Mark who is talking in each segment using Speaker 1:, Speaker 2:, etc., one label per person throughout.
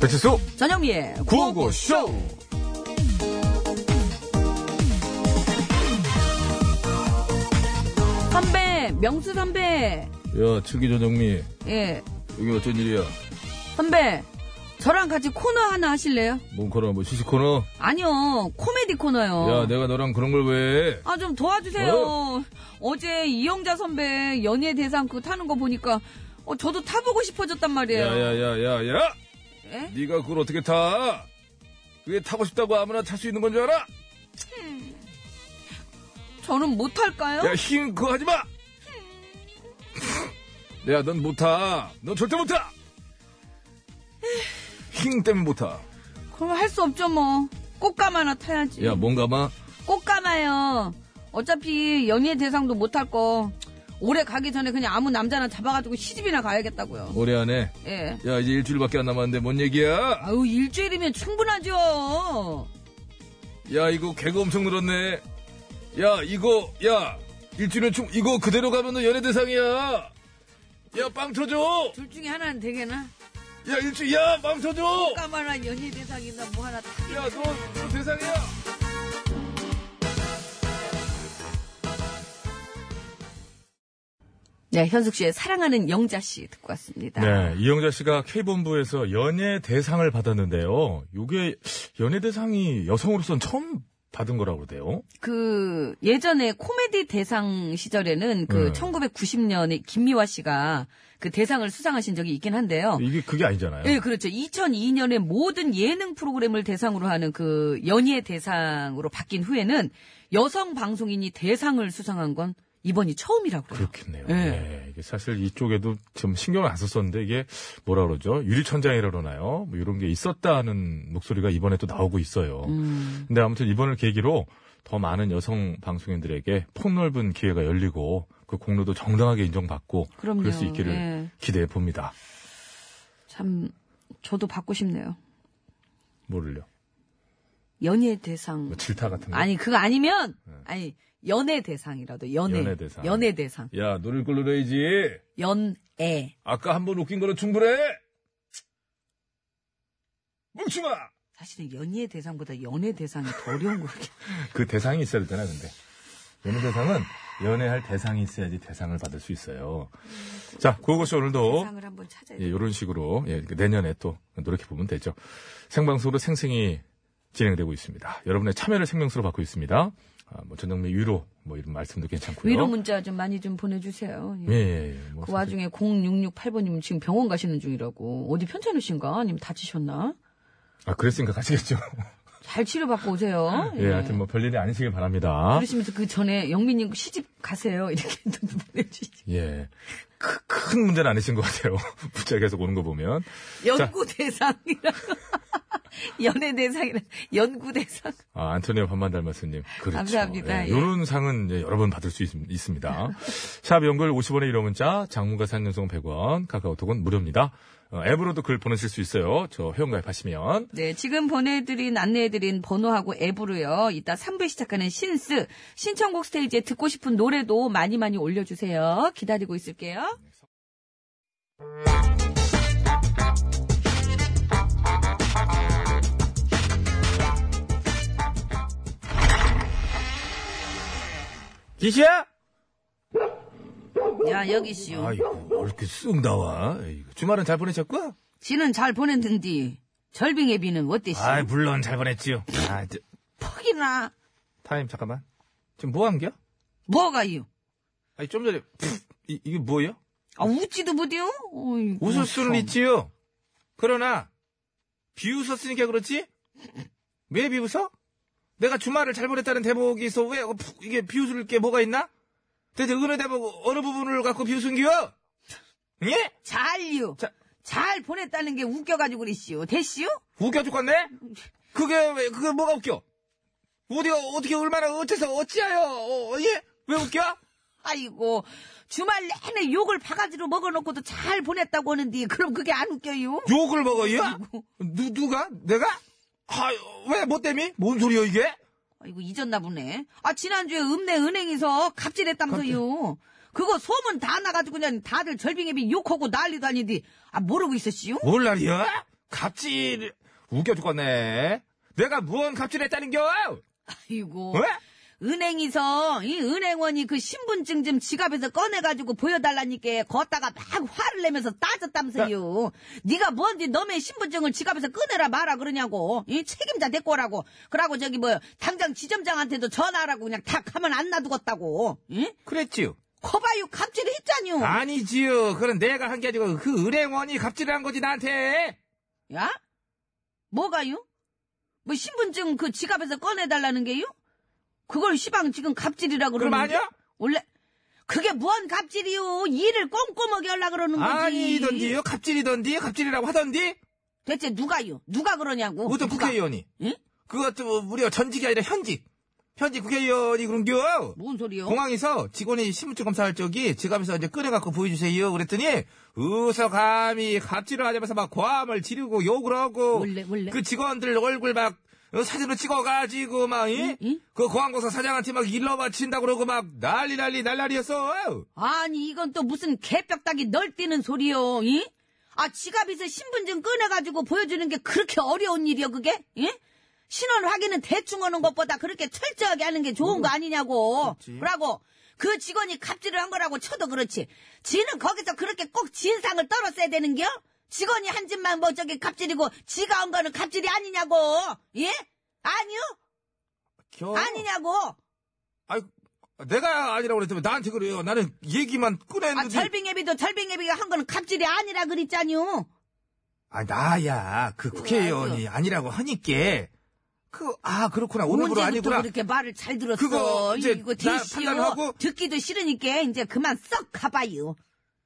Speaker 1: 백세수
Speaker 2: 전영미의
Speaker 1: 구호고쇼
Speaker 2: 선배, 명수 선배.
Speaker 1: 야 칠기 전영미
Speaker 2: 예.
Speaker 1: 여기 어쩐 일이야
Speaker 2: 선배, 저랑 같이 코너 하나 하실래요?
Speaker 1: 뭔 코너 뭐 시식 코너
Speaker 2: 아니요, 코미디 코너요.
Speaker 1: 야 네. 내가 너랑 그런 걸 왜 해?
Speaker 2: 아, 좀 도와주세요. 어제 이영자 선배 연예 대상 그 타는 거 보니까 어, 저도 타보고 싶어졌단 말이에요.
Speaker 1: 야야야야야
Speaker 2: 예?
Speaker 1: 네가 그걸 어떻게 타 그게 타고 싶다고 아무나 탈 수 있는 건 줄 알아
Speaker 2: 저는 못 탈까요?
Speaker 1: 야 힘 그거 하지 마 야, 넌 못 타. 넌 절대 못 타. 힘 때문에 못 타.
Speaker 2: 그럼 할 수 없죠, 뭐. 꽃가마나 타야지.
Speaker 1: 야, 뭐. 뭔가 마.
Speaker 2: 꽃가마요. 어차피 연예 대상도 못 탈 거. 올해 가기 전에 그냥 아무 남자나 잡아가지고 시집이나 가야겠다고요.
Speaker 1: 올해 안에.
Speaker 2: 예.
Speaker 1: 야, 이제 일주일밖에 안 남았는데 뭔 얘기야?
Speaker 2: 아유, 일주일이면 충분하죠.
Speaker 1: 야, 이거 개그 엄청 늘었네. 야, 이거, 야, 일주일은 충, 이거 그대로 가면 너 연예 대상이야. 야, 빵 터져!
Speaker 2: 둘그 중에 하나는 되게나.
Speaker 1: 야, 일주일, 야, 빵 터져!
Speaker 2: 까마나 연예 대상이나 뭐 하나 타.
Speaker 1: 야, 너, 너 대상이야!
Speaker 2: 네, 현숙 씨의 사랑하는 영자 씨 듣고 왔습니다.
Speaker 3: 네, 이영자 씨가 K본부에서 연예 대상을 받았는데요. 요게 연예 대상이 여성으로서는 처음 받은 거라고 그러대요.
Speaker 2: 그 예전에 코미디 대상 시절에는
Speaker 3: 네.
Speaker 2: 그 1990년에 김미화 씨가 그 대상을 수상하신 적이 있긴 한데요.
Speaker 3: 이게 그게 아니잖아요.
Speaker 2: 어. 예, 그렇죠. 2002년에 모든 예능 프로그램을 대상으로 하는 그 연예 대상으로 바뀐 후에는 여성 방송인이 대상을 수상한 건 이번이 처음이라고 그래요.
Speaker 3: 그렇겠네요.
Speaker 2: 예.
Speaker 3: 예, 이게 사실 이쪽에도 좀 신경을 안 썼었는데 이게 뭐라 그러죠? 유리천장이라 그러나요? 뭐 이런 게 있었다는 목소리가 이번에 또 나오고 있어요.
Speaker 2: 음.
Speaker 3: 근데 아무튼 이번을 계기로 더 많은 여성 방송인들에게 폭넓은 기회가 열리고 그 공로도 정당하게 인정받고
Speaker 2: 그럼요.
Speaker 3: 럴수 있기를
Speaker 2: 예.
Speaker 3: 기대해 봅니다.
Speaker 2: 참 저도 받고 싶네요.
Speaker 3: 뭐를요?
Speaker 2: 연예 대상.
Speaker 3: 뭐 질타 같은 거?
Speaker 2: 아니 그거 아니면 아니 연애 대상이라도 연애
Speaker 3: 음. 연애 대상.
Speaker 2: 연애 대상.
Speaker 1: 야, 노릴 걸로 해야지.
Speaker 2: 연애.
Speaker 1: 아까 한 번 웃긴 거로 충분해! 뭉치마!
Speaker 2: 사실은 연예 대상보다 연애 대상이 더 어려운 거 같아요.
Speaker 3: 그 대상이 있어야 되잖아요, 근데. 연애 대상은 연애할 대상이 있어야지 대상을 받을 수 있어요. 자, 그것이 오늘도
Speaker 2: 대상을 한번 찾아야
Speaker 3: 예,
Speaker 2: 돼.
Speaker 3: 이런 식으로 예, 그 내년에 또 노력해 보면 되죠. 생방송으로 생생히 진행되고 있습니다. 여러분의 참여를 생명수로 받고 있습니다. 아, 뭐 전영미 위로 뭐 이런 말씀도 괜찮고요.
Speaker 2: 위로 문자 좀 많이 좀 보내주세요. 예.
Speaker 3: 예, 예, 예. 뭐
Speaker 2: 그 와중에 0668번님은 지금 병원 가시는 중이라고. 어디 편찮으신가? 아니면 다치셨나?
Speaker 3: 아 그랬으니까 가시겠죠.
Speaker 2: 잘 치료받고 오세요.
Speaker 3: 예, 하여튼 뭐 별일이 아니시길 바랍니다.
Speaker 2: 네. 그러시면서 그 전에 영민님 시집 가세요. 이렇게 또 보내주시죠.
Speaker 3: 예. 크- 큰 문제는 아니신 것 같아요. 문자 계속 오는 거 보면.
Speaker 2: 연구 대상이라. 연애 대상이라. 연구 대상.
Speaker 3: 아, 안토니오 반만 닮았으님. 그렇죠.
Speaker 2: 감사합니다.
Speaker 3: 예,
Speaker 2: 예.
Speaker 3: 요런 상은 이제 여러 번 받을 수 있, 습니다 샵 연글 50원의 1호 문자, 장문과 산연송 100원, 카카오톡은 무료입니다. 어, 앱으로도 글 보내실 수 있어요. 저 회원가입하시면.
Speaker 2: 네, 지금 보내드린, 안내해드린 번호하고 앱으로요. 이따 3부에 시작하는 신스. 신청곡 스테이지에 듣고 싶은 노래도 많이 많이 올려주세요. 기다리고 있을게요.
Speaker 1: 기시야!
Speaker 2: 야, 여기 씨요.
Speaker 3: 아이고, 왜 이렇게 쑥 나와? 에이, 주말은 잘 보내셨고?
Speaker 2: 지는 잘 보냈는디 절빙의 비는 어때시?
Speaker 3: 아이, 물론 잘 보냈지요. 아, 저,
Speaker 2: 퍽이나
Speaker 3: 타임, 잠깐만. 지금 뭐 한겨?
Speaker 2: 뭐가요?
Speaker 3: 아니, 좀 전에, 푹, 이, 이게 뭐예요?
Speaker 2: 아 웃지도 못해요? 어이구,
Speaker 3: 웃을
Speaker 2: 참.
Speaker 3: 수는 있지요. 그러나 비웃었으니까 그렇지. 왜 비웃어? 내가 주말을 잘 보냈다는 대목에서 왜 어, 푹, 이게 비웃을 게 뭐가 있나? 대체 어느 대목 어느 부분을 갖고 비웃은겨? 예?
Speaker 2: 잘요.
Speaker 3: 자-
Speaker 2: 잘 보냈다는 게 웃겨가지고 그랬시요. 됐시요?
Speaker 3: 웃겨 죽겠네? 그게 왜 그게 뭐가 웃겨? 어디가 어떻게 얼마나 어째서 어찌하여 어, 예? 왜 웃겨?
Speaker 2: 아이고 주말 내내 욕을 바가지로 먹어놓고도 잘 보냈다고 하는데 그럼 그게 안 웃겨요?
Speaker 3: 욕을 먹어요? 누 누가 내가? 아왜뭐 때문에? 뭔 소리야 이게?
Speaker 2: 아이고 잊었나 보네. 아 지난주에 읍내 은행에서 갑질했다면서요. 그거 소문 다 나가지고 그냥 다들 절빙애비 욕하고 난리도 아닌데 아 모르고 있었시요?
Speaker 3: 뭘 날이야?
Speaker 4: 갑질 웃겨 죽겠네. 내가 무언 갑질했다는겨?
Speaker 5: 아이고.
Speaker 4: 왜?
Speaker 5: 은행에서 이 은행원이 그 신분증 좀 지갑에서 꺼내가지고 보여달라니까 걷다가 막 화를 내면서 따졌다면서요. 네가 뭔지 너의 신분증을 지갑에서 꺼내라 말아 그러냐고. 이 책임자 데리고 오라고. 그러고 저기 뭐 당장 지점장한테도 전화하라고 그냥 다 가만 안 놔두겠다고. 응?
Speaker 4: 그랬지요.
Speaker 5: 거봐요 갑질을 했잖요.
Speaker 4: 아니지요. 그건 내가 한 게 아니고 그 은행원이 갑질을 한 거지 나한테.
Speaker 5: 야? 뭐가요? 뭐 신분증 그 지갑에서 꺼내달라는 게요? 그걸 시방 지금 갑질이라 그러는
Speaker 4: 그럼 아니야?
Speaker 5: 원래 그게 뭔 갑질이요? 일을 꼼꼼하게 하려 그러는 거지.
Speaker 4: 아니던지요. 갑질이던지 갑질이라고 하던지.
Speaker 5: 대체 누가요? 누가 그러냐고.
Speaker 4: 어떤
Speaker 5: 누가?
Speaker 4: 국회의원이.
Speaker 5: 응?
Speaker 4: 그것도 우리가 전직이 아니라 현직. 현직 국회의원이 그런겨.
Speaker 5: 뭔 소리요?
Speaker 4: 공항에서 직원이 신분증 검사할 적이 지갑에서 이제 꺼내갖고 보여주세요. 그랬더니 어서 감히 갑질을 하자면서 막 고함을 지르고 욕을 하고
Speaker 5: 원래, 원래.
Speaker 4: 그 직원들 얼굴 막 어, 사진으로 찍어가지고
Speaker 5: 응,
Speaker 4: 막그
Speaker 5: 응?
Speaker 4: 공항공사 사장한테 막 일러 바친다고 그러고 막 난리 난리 날라리였어.
Speaker 5: 아니 이건 또 무슨 개벽다기 널뛰는 소리요? 이? 아 지갑에서 신분증 꺼내가지고 보여주는 게 그렇게 어려운 일이요 그게? 예? 신원 확인은 대충 하는 것보다 그렇게 철저하게 하는 게 좋은 거 아니냐고.
Speaker 4: 음. 그렇지.
Speaker 5: 그러고 그 직원이 갑질을 한 거라고 쳐도 그렇지. 지는 거기서 그렇게 꼭 진상을 떨었어야 되는겨? 직원이 한 짓만 뭐 저기 갑질이고 지가 한 거는 갑질이 아니냐고. 예? 아니요?
Speaker 4: 겨.
Speaker 5: 아니냐고.
Speaker 4: 아이, 내가 아니라고 그랬더니 나한테 그래요. 나는 얘기만
Speaker 5: 아
Speaker 4: 꺼냈는데.
Speaker 5: 절빙애비도 절빙애비가 한 거는 갑질이 아니라 그랬잖요.
Speaker 4: 아, 나야. 그 국회의원이 아니라고 하니께. 그, 아, 그렇구나. 오늘부로
Speaker 5: 언제부터
Speaker 4: 아니구나.
Speaker 5: 그렇게 말을 잘 들었어?
Speaker 4: 그거 이제
Speaker 5: 이거
Speaker 4: 나
Speaker 5: 대시요.
Speaker 4: 판단하고-
Speaker 5: 듣기도 싫으니까 이제 그만 썩 가봐요.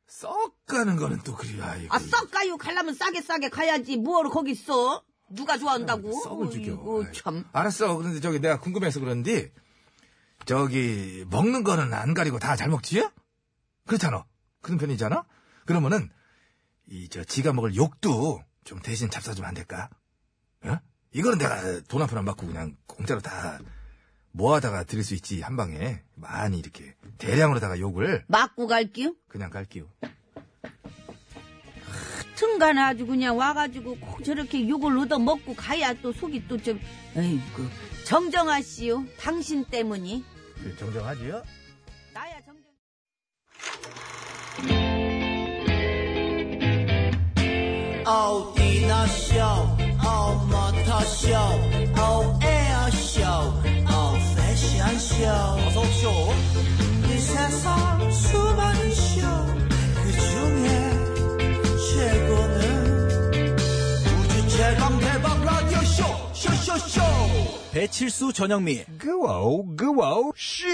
Speaker 4: 썩 가는 거는 또 그래요. 아이고.
Speaker 5: 아 썩 가요. 가려면 싸게 싸게 가야지. 뭐하러 거기 있어? 누가 좋아한다고?
Speaker 4: 썩을 죽여.
Speaker 5: 이거
Speaker 4: 아이,
Speaker 5: 참.
Speaker 4: 알았어. 그런데 저기 내가 궁금해서 그런데, 저기, 먹는 거는 안 가리고 다 잘 먹지? 그렇잖아. 그런 편이잖아? 그러면은, 이, 저, 지가 먹을 욕도 좀 대신 잡숴주면 안 될까? 어? 이거는 내가 돈 한 푼 안 받고 그냥 공짜로 다 모아다가 드릴 수 있지, 한 방에. 많이 이렇게. 대량으로다가 욕을
Speaker 5: 맞고 갈게요.
Speaker 4: 그냥 갈게요.
Speaker 5: 그 하여튼간에 아주 그냥 와가지고 꼭 저렇게 욕을 얻어먹고 가야 또 속이 또 좀. 에이구. 정정아 씨요. 당신 때문이.
Speaker 4: 그 정정하지요?
Speaker 5: 나야 정정.
Speaker 6: 어디나 쇼, 어머터 쇼, 어에어 쇼, 어 패션 쇼. 아, 어서 쇼. 이 세상 수많은 쇼, 그 중에 최고는 우주 최강 대박 라디오 쇼, 쇼쇼쇼. 배칠수 전영미.
Speaker 4: 그와우, 그와우, 쇼!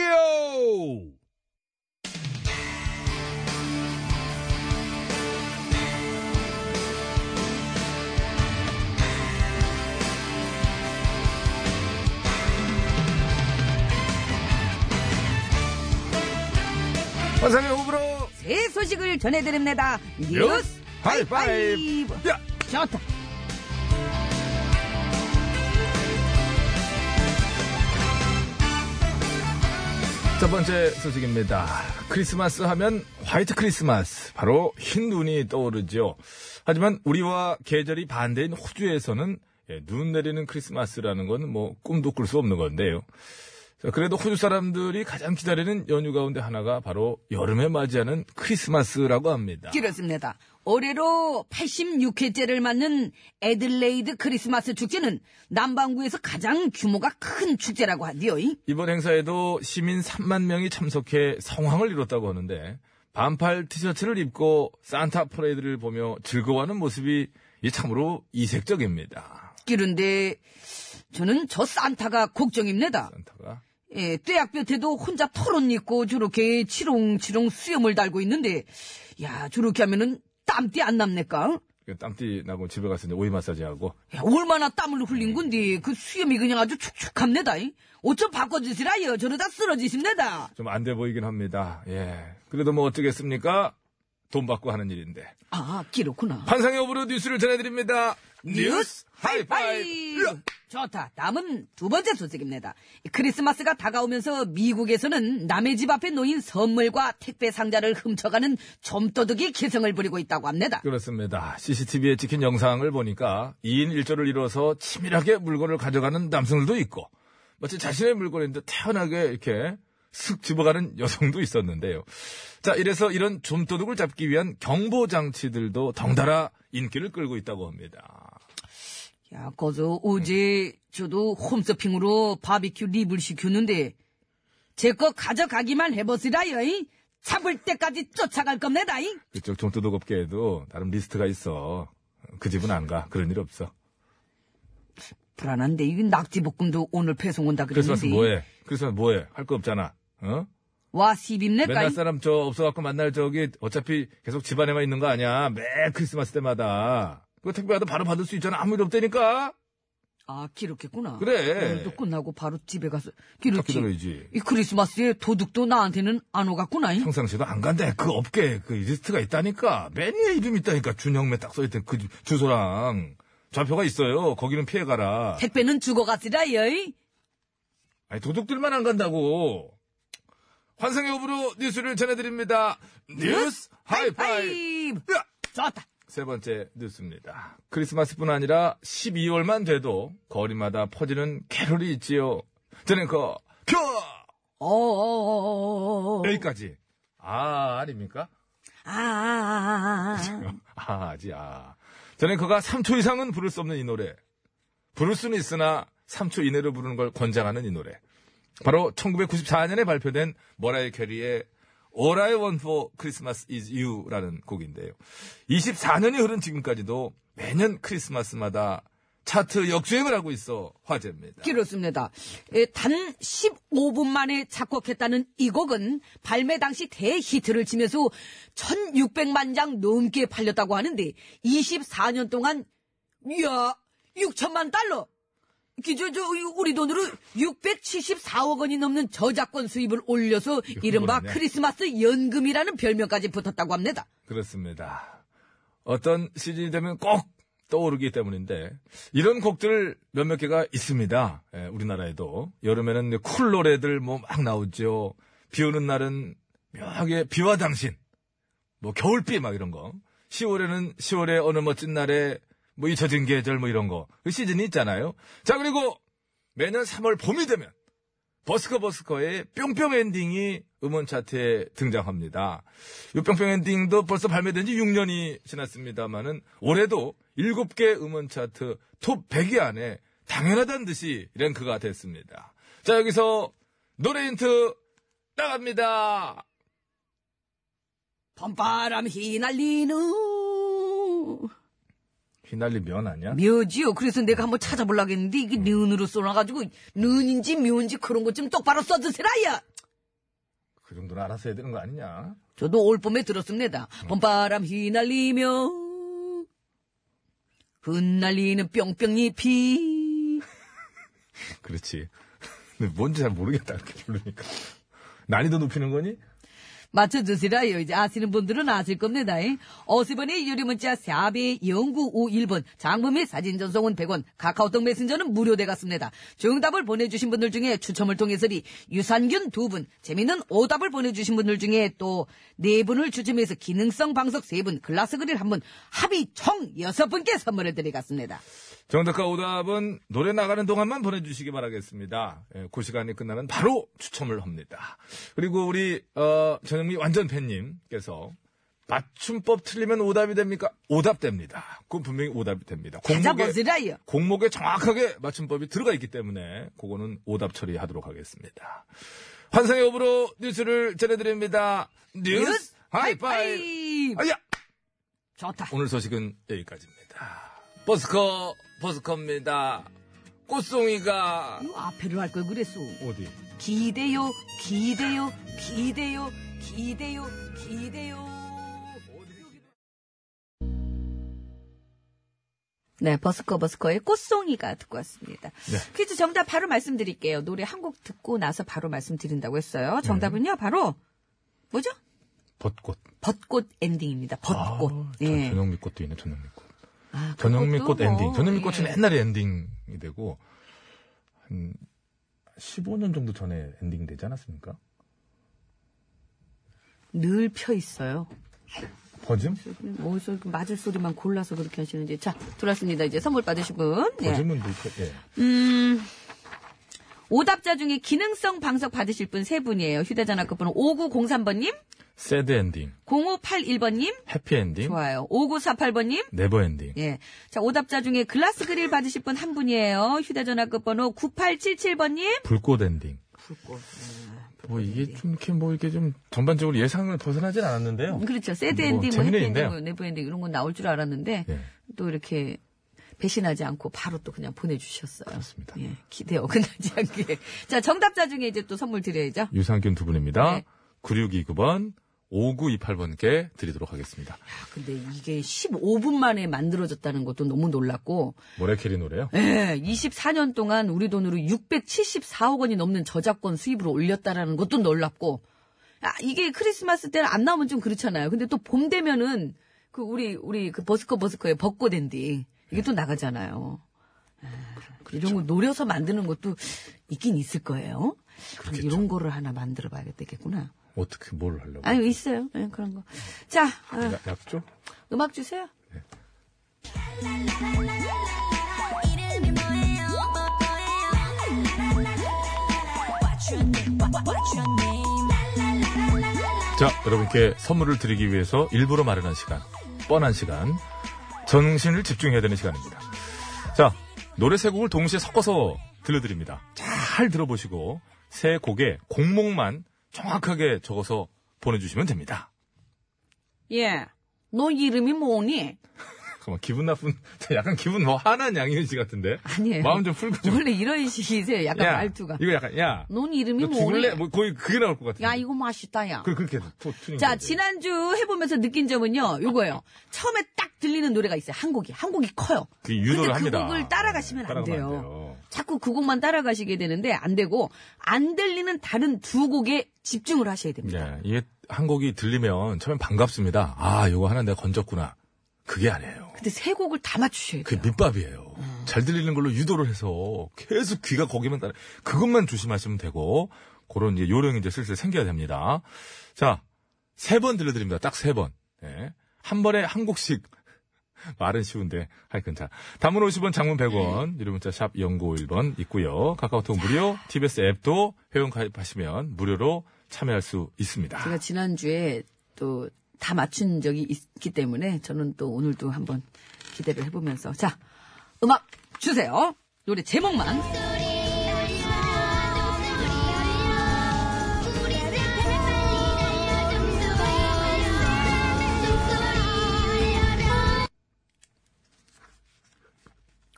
Speaker 4: 환상의 호불호
Speaker 5: 새 소식을 전해드립니다.
Speaker 4: 뉴스
Speaker 5: 뉴스
Speaker 4: 하이파이브!
Speaker 5: 하이파이브.
Speaker 4: 야!
Speaker 5: 좋다.
Speaker 3: 첫 번째 소식입니다. 크리스마스 하면 화이트 크리스마스, 바로 흰 눈이 떠오르죠. 하지만 우리와 계절이 반대인 호주에서는 예, 눈 내리는 크리스마스라는 건 뭐 꿈도 꿀 수 없는 건데요. 자, 그래도 호주 사람들이 가장 기다리는 연휴 가운데 하나가 바로 여름에 맞이하는 크리스마스라고 합니다.
Speaker 5: 그렇습니다. 올해로 86회째를 맞는 애들레이드 크리스마스 축제는 남반구에서 가장 규모가 큰 축제라고 하디요.
Speaker 3: 이번 행사에도 시민 3만 명이 참석해 성황을 이뤘다고 하는데 반팔 티셔츠를 입고 산타 퍼레이드를 보며 즐거워하는 모습이 이 참으로 이색적입니다.
Speaker 5: 그런데 저는 저 산타가 걱정입니다.
Speaker 3: 산타가
Speaker 5: 예, 떼약볕에도 혼자 털옷 입고 저렇게 치롱치롱 수염을 달고 있는데 야 저렇게 하면은 땀띠 안 남니까?
Speaker 3: 땀띠 나고 집에 가서 이제 오이 마사지하고
Speaker 5: 야, 얼마나 땀을
Speaker 3: 네.
Speaker 5: 흘린 건데 그 수염이 그냥 아주 축축합니다. 이. 어쩜 바꿔주시라요. 저러다 쓰러지십니다.
Speaker 3: 좀 안 돼 보이긴 합니다. 예. 그래도 뭐 어쩌겠습니까? 돈 받고 하는 일인데.
Speaker 5: 아, 그렇구나.
Speaker 3: 환상의 오브로 뉴스를 전해드립니다. 뉴스 하이파이브!
Speaker 5: 하이파이브!
Speaker 2: 좋다. 다음은 두 번째 소식입니다. 크리스마스가 다가오면서 미국에서는 남의 집 앞에 놓인 선물과 택배 상자를 훔쳐가는 점도둑이 기승을 부리고 있다고 합니다.
Speaker 3: 그렇습니다. CCTV에 찍힌 영상을 보니까 2인 1조를 이뤄서 치밀하게 물건을 가져가는 남성들도 있고 마치 자신의 물건인데 태연하게 이렇게 슥 집어가는 여성도 있었는데요. 자, 이래서 이런 좀도둑을 잡기 위한 경보 장치들도 덩달아 인기를 끌고 있다고 합니다.
Speaker 2: 야, 거저 어제 저도 홈서핑으로 바비큐 립을 시켰는데 제 거 가져가기만 해보시라요. 이. 잡을 때까지 쫓아갈 겁니다. 이.
Speaker 3: 그쪽 좀도둑 업계에도 나름 리스트가 있어. 그 집은 안 가. 그런 일 없어.
Speaker 2: 불안한데 이 낙지 볶음도 오늘 배송 온다
Speaker 3: 크리스마스
Speaker 2: 그랬는데
Speaker 3: 뭐해? 크리스마스 뭐해? 할 거 없잖아. 어?
Speaker 2: 와 시집내까
Speaker 3: 맨날 사람 저 없어갖고 만날 저기 어차피 계속 집안에만 있는 거 아니야. 매 크리스마스 때마다. 그거 택배 와도 바로 받을 수 있잖아. 아무 일 없다니까.
Speaker 2: 아 기록했구나.
Speaker 3: 그래.
Speaker 2: 오늘도 끝나고 바로 집에 가서
Speaker 3: 딱
Speaker 2: 기록지.
Speaker 3: 기다려야지.
Speaker 2: 이 크리스마스에 도둑도 나한테는 안 오갔구나. 잉?
Speaker 3: 평상시에도 안 간대. 그 업계 그 리스트가 있다니까. 메뉴에 이름 있다니까. 준영매 딱 써있던 그 주소랑 좌표가 있어요. 거기는 피해가라.
Speaker 2: 택배는 죽어갔으라 여
Speaker 3: 아니 도둑들만 안 간다고. 환승의 호불호 뉴스를 전해드립니다. 뉴스 하이파이. 야!
Speaker 2: 좋다.
Speaker 3: 세 번째 뉴스입니다. 크리스마스뿐 아니라 12월만 돼도 거리마다 퍼지는 캐롤이 있지요. 저는 그 큐!
Speaker 2: 어, 어어어어어.
Speaker 3: 여기까지. 아, 아닙니까?
Speaker 2: 아.
Speaker 3: 아, 아지, 아. 저는 그가 3초 이상은 부를 수 없는 이 노래. 부를 수는 있으나 3초 이내로 부르는 걸 권장하는 이 노래. 바로 1994년에 발표된 머라이 캐리의 All I Want for Christmas is You라는 곡인데요. 24년이 흐른 지금까지도 매년 크리스마스마다 차트 역주행을 하고 있어 화제입니다.
Speaker 2: 그렇습니다. 예, 단 15분 만에 작곡했다는 이 곡은 발매 당시 대히트를 치면서 1600만 장 넘게 팔렸다고 하는데 24년 동안 이야 6천만 달러 기저 저 우리 돈으로 674억 원이 넘는 저작권 수입을 올려서 이른바
Speaker 3: 뭐냐?
Speaker 2: 크리스마스 연금이라는 별명까지 붙었다고 합니다.
Speaker 3: 그렇습니다. 어떤 시즌이 되면 꼭 떠오르기 때문인데 이런 곡들 몇몇 개가 있습니다. 예, 우리나라에도 여름에는 쿨 노래들 뭐 막 나오죠. 비 오는 날은 묘하게 비와 당신, 뭐 겨울비 막 이런 거. 10월에는 10월의 어느 멋진 날에 뭐 잊혀진 계절 뭐 이런 거. 그 시즌이 있잖아요. 자 그리고 매년 3월 봄이 되면 버스커 버스커의 뿅뿅 엔딩이 음원 차트에 등장합니다. 이 뿅뿅 엔딩도 벌써 발매된 지 6년이 지났습니다만은 올해도 7개 음원 차트 톱 100위 안에 당연하다는 듯이 랭크가 됐습니다. 자, 여기서 노래 힌트 나갑니다.
Speaker 2: 밤바람 휘날리는
Speaker 3: 휘날리면 아니야?
Speaker 2: 묘지요. 그래서 내가 한번 찾아보려고 했는데 이게 는으로 써놔가지고 는인지 묘인지 그런 것 좀 똑바로 써드세라야.
Speaker 3: 그 정도는 알아서 해야 되는 거 아니냐?
Speaker 2: 저도 올 봄에 들었습니다. 봄바람 휘날리며 흩날리는 뿅뿅잎이
Speaker 3: 그렇지. 근데 뭔지 잘 모르겠다, 이렇게 부르니까. 난이도 높이는 거니?
Speaker 2: 맞춰주시라요. 이제 아시는 분들은 아실 겁니다. 50원의 유료 문자 샵의 0951번 장범의 사진 전송은 100원 카카오톡 메신저는 무료되갔습니다. 정답을 보내주신 분들 중에 추첨을 통해서리 유산균 2분 재미있는 오답을 보내주신 분들 중에 또 4분을 추첨해서 기능성 방석 3분 글라스 그릴 1분 합의 총 6분께 선물을 드리겠습니다.
Speaker 3: 정답과 오답은 노래 나가는 동안만 보내주시기 바라겠습니다. 예, 그 시간이 끝나면 바로 추첨을 합니다. 그리고 우리 어, 전영미 완전 팬님께서 맞춤법 틀리면 오답이 됩니까? 오답 됩니다. 그건 분명히 오답이 됩니다.
Speaker 2: 찾아보시라요.
Speaker 3: 공목에 정확하게 맞춤법이 들어가 있기 때문에 그거는 오답 처리하도록 하겠습니다. 환상의 오브로 뉴스를 전해드립니다. 뉴스 하이파이브!
Speaker 2: 하이파이브.
Speaker 3: 아야!
Speaker 2: 아, 좋다.
Speaker 3: 오늘 소식은 여기까지입니다. 버스커, 버스커입니다. 꽃송이가.
Speaker 2: 이 앞에를 할 걸 그랬어.
Speaker 3: 어디?
Speaker 2: 기대요, 기대요, 기대요, 기대요, 기대요. 네, 버스커 버스커의 꽃송이가 듣고 왔습니다.
Speaker 3: 네.
Speaker 2: 퀴즈 정답 바로 말씀드릴게요. 노래 한 곡 듣고 나서 바로 말씀드린다고 했어요. 정답은요, 바로 뭐죠?
Speaker 3: 네. 벚꽃.
Speaker 2: 벚꽃 엔딩입니다. 벚꽃.
Speaker 3: 아, 저-
Speaker 2: 예.
Speaker 3: 전영미 꽃도 있네, 전영미 꽃.
Speaker 2: 아, 그것도
Speaker 3: 전영미 꽃
Speaker 2: 뭐,
Speaker 3: 엔딩. 전영미
Speaker 2: 예.
Speaker 3: 꽃은 옛날에 엔딩이 되고, 한 15년 정도 전에 엔딩 되지 않았습니까?
Speaker 2: 늘 펴 있어요.
Speaker 3: 버즘?
Speaker 2: 어디서 그 맞을 소리만 골라서 그렇게 하시는지. 자, 들어왔습니다. 이제 선물 받으신 분. 예.
Speaker 3: 버즘은 그렇게, 예.
Speaker 2: 음, 오답자 중에 기능성 방석 받으실 분 세 분이에요. 휴대전화 끝번호 5903번님,
Speaker 3: 새드 엔딩,
Speaker 2: 0581번님,
Speaker 3: 해피 엔딩,
Speaker 2: 좋아요. 5948번님,
Speaker 3: 네버 엔딩.
Speaker 2: 예. 자, 오답자 중에 글라스 그릴 받으실 분 한 분이에요. 휴대전화 끝번호 9877번님.
Speaker 3: 불꽃 엔딩.
Speaker 2: 예,
Speaker 3: 뭐 이게 좀 이렇게 뭐 이렇게 좀 전반적으로 예상을 벗어나진 않았는데요.
Speaker 2: 그렇죠. 새드
Speaker 3: 뭐
Speaker 2: 엔딩, 뭐
Speaker 3: 재미는
Speaker 2: 해피 엔딩,
Speaker 3: 있네요.
Speaker 2: 뭐 네버 엔딩 이런 건 나올 줄 알았는데
Speaker 3: 예.
Speaker 2: 또 이렇게 배신하지 않고 바로 또 그냥 보내주셨어요.
Speaker 3: 그렇습니다.
Speaker 2: 예, 기대 어긋나지 않게. 자, 정답자 중에 이제 또 선물 드려야죠. 아,
Speaker 3: 유산균 두 분입니다.
Speaker 2: 네.
Speaker 3: 9629번, 5928번께 드리도록 하겠습니다.
Speaker 2: 아, 근데 이게 15분 만에 만들어졌다는 것도 너무 놀랐고,
Speaker 3: 모래캐리 노래요?
Speaker 2: 예, 24년 동안 우리 돈으로 674억 원이 넘는 저작권 수입으로 올렸다라는 것도 놀랍고, 아, 이게 크리스마스 때는 안 나오면 좀 그렇잖아요. 근데 또 봄 되면은, 그, 우리, 우리, 그, 버스커 버스커의 벚꽃 엔딩. 이게 또 나가잖아요. 아, 이런 거 노려서 만드는 것도 있긴 있을 거예요. 그럼 이런 거를 하나 만들어 봐야 되겠구나.
Speaker 3: 어떻게 뭘 하려고?
Speaker 2: 아니, 있어요. 예, 그런 거. 자, 어,
Speaker 3: 약- 약조?
Speaker 2: 음악 주세요.
Speaker 3: 자, 여러분께 선물을 드리기 위해서 일부러 마련한 시간, 뻔한 시간, 정신을 집중해야 되는 시간입니다. 자, 노래 세 곡을 동시에 섞어서 들려드립니다. 잘 들어보시고 세 곡의 곡목만 정확하게 적어서 보내주시면 됩니다.
Speaker 2: 예. 너 이름이 뭐니?
Speaker 3: 잠깐만 기분 나쁜, 약간 기분 뭐 화난 양희은 씨 같은데.
Speaker 2: 아니에요.
Speaker 3: 마음 좀 풀고 좀.
Speaker 2: 원래 이런 식이세요. 약간 말투가.
Speaker 3: 이거 약간 야.
Speaker 2: 논 이름이
Speaker 3: 너 죽을래?
Speaker 2: 뭐래?
Speaker 3: 뭐 거의 그게 나올 것 같은데.
Speaker 2: 야, 이거 맛있다, 야.
Speaker 3: 그 그렇게 투- 투닝.
Speaker 2: 자,
Speaker 3: 거지.
Speaker 2: 지난주 해보면서 느낀 점은요, 요거예요. 처음에 딱 들리는 노래가 있어요. 한 곡이. 한 곡이 커요.
Speaker 3: 그 유도를
Speaker 2: 근데
Speaker 3: 합니다.
Speaker 2: 그 곡을 따라가시면
Speaker 3: 네, 따라가면
Speaker 2: 안, 돼요.
Speaker 3: 안 돼요.
Speaker 2: 자꾸 그 곡만 따라가시게 되는데, 안 되고, 안 들리는 다른 두 곡에 집중을 하셔야 됩니다.
Speaker 3: 네, 이게 한 곡이 들리면 처음엔 반갑습니다. 아, 요거 하나 내가 건졌구나. 그게 아니에요.
Speaker 2: 근데 세 곡을 다 맞추셔야 돼요. 음.
Speaker 3: 그게 밑밥이에요. 잘 들리는 걸로 유도를 해서 계속 귀가 거기만 따라, 그것만 조심하시면 되고, 그런 이제 요령이 이제 슬슬 생겨야 됩니다. 자, 세 번 들려드립니다. 딱 세 번. 예. 한 번에 한 곡씩. 말은 쉬운데, 하여튼 자. 단문 50원, 장문 100원, 유료 문자 샵 0951번 있고요 카카오톡 무료, TBS 앱도 회원 가입하시면 무료로 참여할 수 있습니다.
Speaker 2: 제가 지난주에 또 다 맞춘 적이 있기 때문에, 저는 또 오늘도 한번 기대를 해보면서. 자, 음악 주세요. 노래 제목만.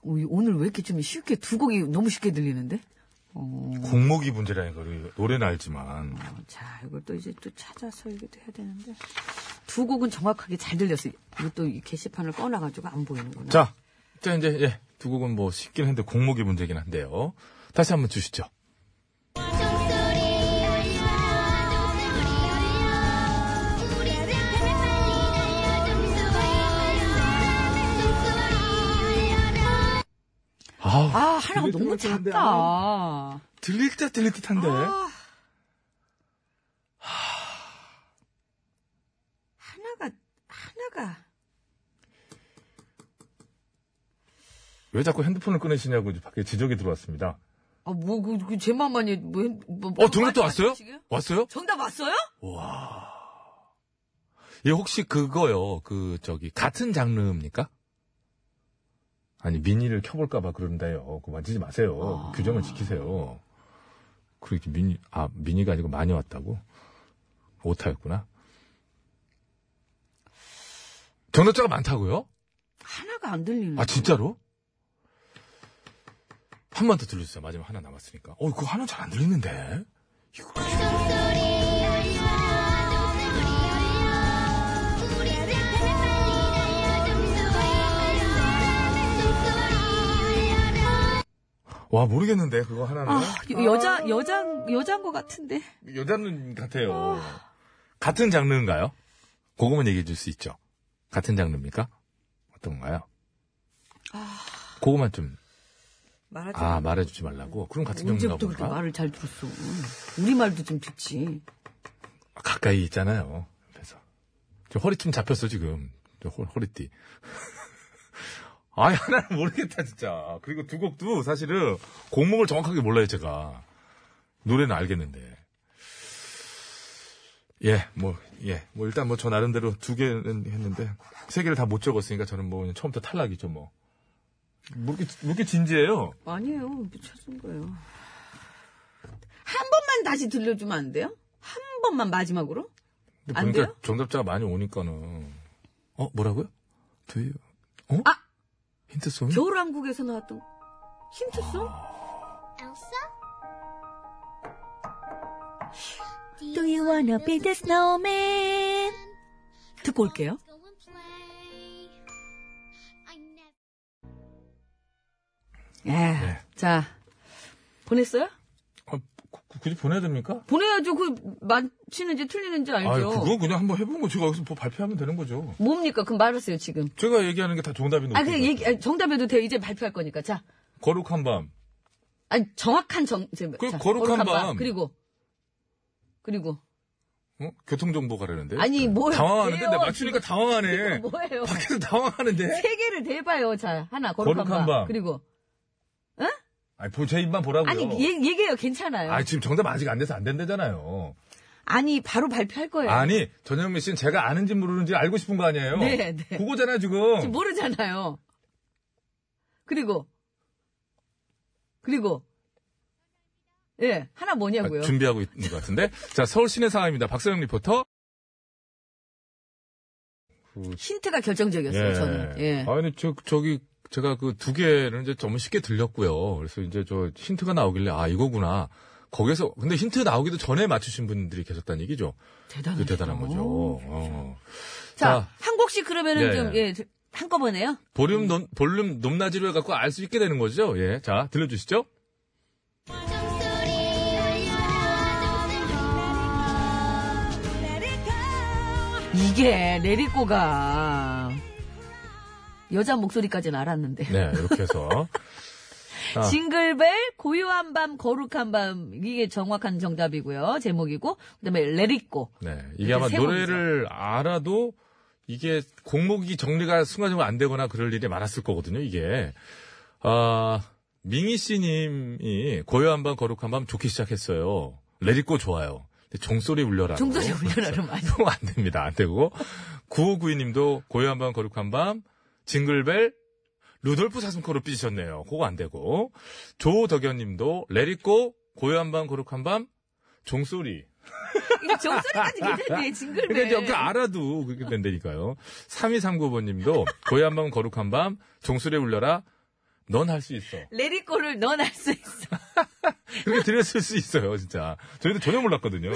Speaker 2: 오이- 오늘 왜 이렇게 좀 쉽게 두 곡이 너무 쉽게 들리는데?
Speaker 3: 곡목이 문제라는 걸 노래는 알지만
Speaker 2: 어, 자, 이걸 또 이제 또 찾아서 이것도 해야 되는데. 두 곡은 정확하게 잘 들렸어요. 이것도 이 게시판을 꺼놔가지고 안 보이는구나.
Speaker 3: 자, 자 이제 예, 두 곡은 뭐 쉽긴 한데 곡목이 문제긴 한데요. 다시 한번 주시죠. 아우,
Speaker 2: 아, 하나가
Speaker 3: 들릴
Speaker 2: 너무
Speaker 3: 듯 같은데,
Speaker 2: 작다.
Speaker 3: 아, 들릴 듯 들릴 듯한데.
Speaker 2: 아. 하나가, 하나가.
Speaker 3: 왜 자꾸 핸드폰을 꺼내시냐고 이제 밖에 지적이 들어왔습니다.
Speaker 2: 아, 뭐, 그, 그, 제 맘만이, 뭐, 했- 뭐, 뭐
Speaker 3: 어, 들어갔다 왔어요?
Speaker 2: 지금?
Speaker 3: 왔어요?
Speaker 2: 정답 왔어요?
Speaker 3: 예, 혹시 그거요. 그 저기 같은 장르입니까? 아니 미니를 켜볼까봐 그런데요. 그거 만지지 마세요. 규정을 지키세요. 그렇게 미니 아 미니가 아니고 많이 왔다고 오타였구나. 정답자가 많다고요?
Speaker 2: 하나가 안 들리는.
Speaker 3: 아 진짜로? 한 번 더 들려주세요. 마지막 하나 남았으니까. 어 그거 하나 잘 안 들리는데. 이거 와 모르겠는데 그거 하나는
Speaker 2: 아, 여- 여자, 여자, 여자인 것 같은데.
Speaker 3: 여자는 같아요. 같은 장르인가요? 그거만 얘기해 줄 수 있죠.
Speaker 5: 아.
Speaker 3: 같은 장르입니까? 어떤가요? 그거만 좀
Speaker 2: 말하지
Speaker 3: 아, 말해주지 말라고? 그럼 같은 경우나
Speaker 5: 언제부터 그렇게
Speaker 3: 보다.
Speaker 5: 말을 잘 들었어? 우리 말도 좀 듣지.
Speaker 3: 가까이 있잖아요. 그래서. 저 허리춤 잡혔어, 지금. 저 허, 허리띠. 아이, 하나는 모르겠다, 진짜. 그리고 두 곡도 사실은 공목을 정확하게 몰라요, 제가. 노래는 알겠는데. 예, 뭐, 예. 뭐, 일단 뭐, 저 나름대로 두 개는 했는데, 세 개를 다 못 적었으니까 저는 뭐, 그냥 처음부터 탈락이죠, 뭐. 뭐 이렇게, 뭐 이렇게 진지해요?
Speaker 2: 아니에요. 못 찾은 거예요. 한 번만 다시 들려주면 안 돼요? 한 번만 마지막으로?
Speaker 3: 근데
Speaker 2: 안
Speaker 3: 보니까
Speaker 2: 돼요?
Speaker 3: 정답자가 많이 오니까는. 어, 뭐라고요? 돼요. 어?
Speaker 2: 아!
Speaker 3: 힌트송?
Speaker 2: 겨울왕국에서 나왔던 힌트송?
Speaker 7: Do you wanna be the snowman?
Speaker 2: 듣고 올게요. 예. 자, 보냈어요?
Speaker 3: 네. 아, 구- 굳이 보내야 됩니까?
Speaker 2: 보내야죠. 그 맞히는지 틀리는지 알죠.
Speaker 3: 아, 그거 그냥 한번 해본 거 제가 여기서 뭐 발표하면 되는 거죠.
Speaker 2: 뭡니까? 그럼 말하세요, 지금.
Speaker 3: 제가 얘기하는 게 다 정답인데.
Speaker 2: 아,
Speaker 3: 어떻게
Speaker 2: 그냥
Speaker 3: 봐요?
Speaker 2: 얘기, 아니, 정답해도 돼요. 이제 발표할 거니까. 자,
Speaker 3: 거룩한 밤.
Speaker 2: 아니, 정확한 정, 제,
Speaker 3: 그
Speaker 2: 자,
Speaker 3: 거룩한 밤.
Speaker 2: 그리고, 그리고.
Speaker 3: 어? 교통정보 가라는데?
Speaker 2: 아니, 뭘.
Speaker 3: 당황하는데?
Speaker 2: 돼요?
Speaker 3: 나 맞추니까 당황하네.
Speaker 2: 이거 뭐예요?
Speaker 3: 밖에서 당황하는데?
Speaker 2: 세 개를 대봐요. 자, 하나, 거룩한,
Speaker 3: 거룩한
Speaker 2: 밤.
Speaker 3: 밤.
Speaker 2: 그리고.
Speaker 3: 아니, 보- 제 입만 보라고요.
Speaker 2: 아니, 얘, 얘기해요. 괜찮아요.
Speaker 3: 아니, 지금 정답 아직 안 돼서 안 된다잖아요.
Speaker 2: 아니, 바로 발표할 거예요.
Speaker 3: 아니, 전현미 씨는 제가 아는지 모르는지 알고 싶은 거 아니에요?
Speaker 2: 네, 네.
Speaker 3: 그거잖아, 지금.
Speaker 2: 지금 모르잖아요. 그리고, 그리고, 예, 하나
Speaker 3: 아,
Speaker 2: 뭐냐고요.
Speaker 3: 준비하고 있는 것 같은데. 자, 서울 시내 상황입니다. 박서영 리포터.
Speaker 2: 힌트가 결정적이었어요, 저는. 예.
Speaker 3: 아니, 저, 저기, 제가 그 두 개를 이제 너무 쉽게 들렸고요. 그래서 이제 저 힌트가 나오길래, 아, 이거구나. 거기서, 근데 힌트 나오기도 전에 맞추신 분들이 계셨다는 얘기죠.
Speaker 2: 대단하죠.
Speaker 3: 그 대단한 거죠. 어.
Speaker 2: 자,
Speaker 3: 자.
Speaker 2: 한 곡씩 그러면은
Speaker 3: 예,
Speaker 2: 좀,
Speaker 3: 예.
Speaker 2: 예, 한꺼번에요?
Speaker 3: 볼륨, 논, 볼륨 높낮이로 해갖고 알 수 있게 되는 거죠. 예. 자, 들려주시죠.
Speaker 2: 이게, 레리꼬가, 여자 목소리까지는 알았는데.
Speaker 3: 네, 이렇게 해서. 아.
Speaker 2: 징글벨, 고요한 밤, 거룩한 밤, 이게 정확한 정답이고요. 제목이고, 그 다음에 레리꼬.
Speaker 3: 네. 이게 아마
Speaker 2: 세
Speaker 3: 노래를 알아도 이게 곡목이 정리가 순간적으로 안 되거나 그럴 일이 많았을 거거든요, 이게. 아, 민희 씨 님이 고요한 밤, 거룩한 밤 좋게 시작했어요. 레리꼬 좋아요. 근데 종소리 울려라.
Speaker 2: 종소리 울려라로 많이.
Speaker 3: 그럼 안 됩니다. 안 되고. 9592 님도 고요한 밤, 거룩한 밤, 징글벨, 루돌프 사슴코로 삐지셨네요. 그거 안 되고. 조덕현 님도 레리꼬, 고요한 밤, 거룩한 밤, 종소리.
Speaker 2: 이거 정소리까지 괜찮네, 징글벨.
Speaker 3: 그러니까 그 알아도 그렇게 된다니까요. 3239번님도 고요한 밤 거룩한 밤 종술에 울려라 넌 할 수 있어.
Speaker 2: 레리꼬를 넌 알 수 있어.
Speaker 3: 그렇게 드렸을 수 있어요 진짜. 저희도 전혀 몰랐거든요.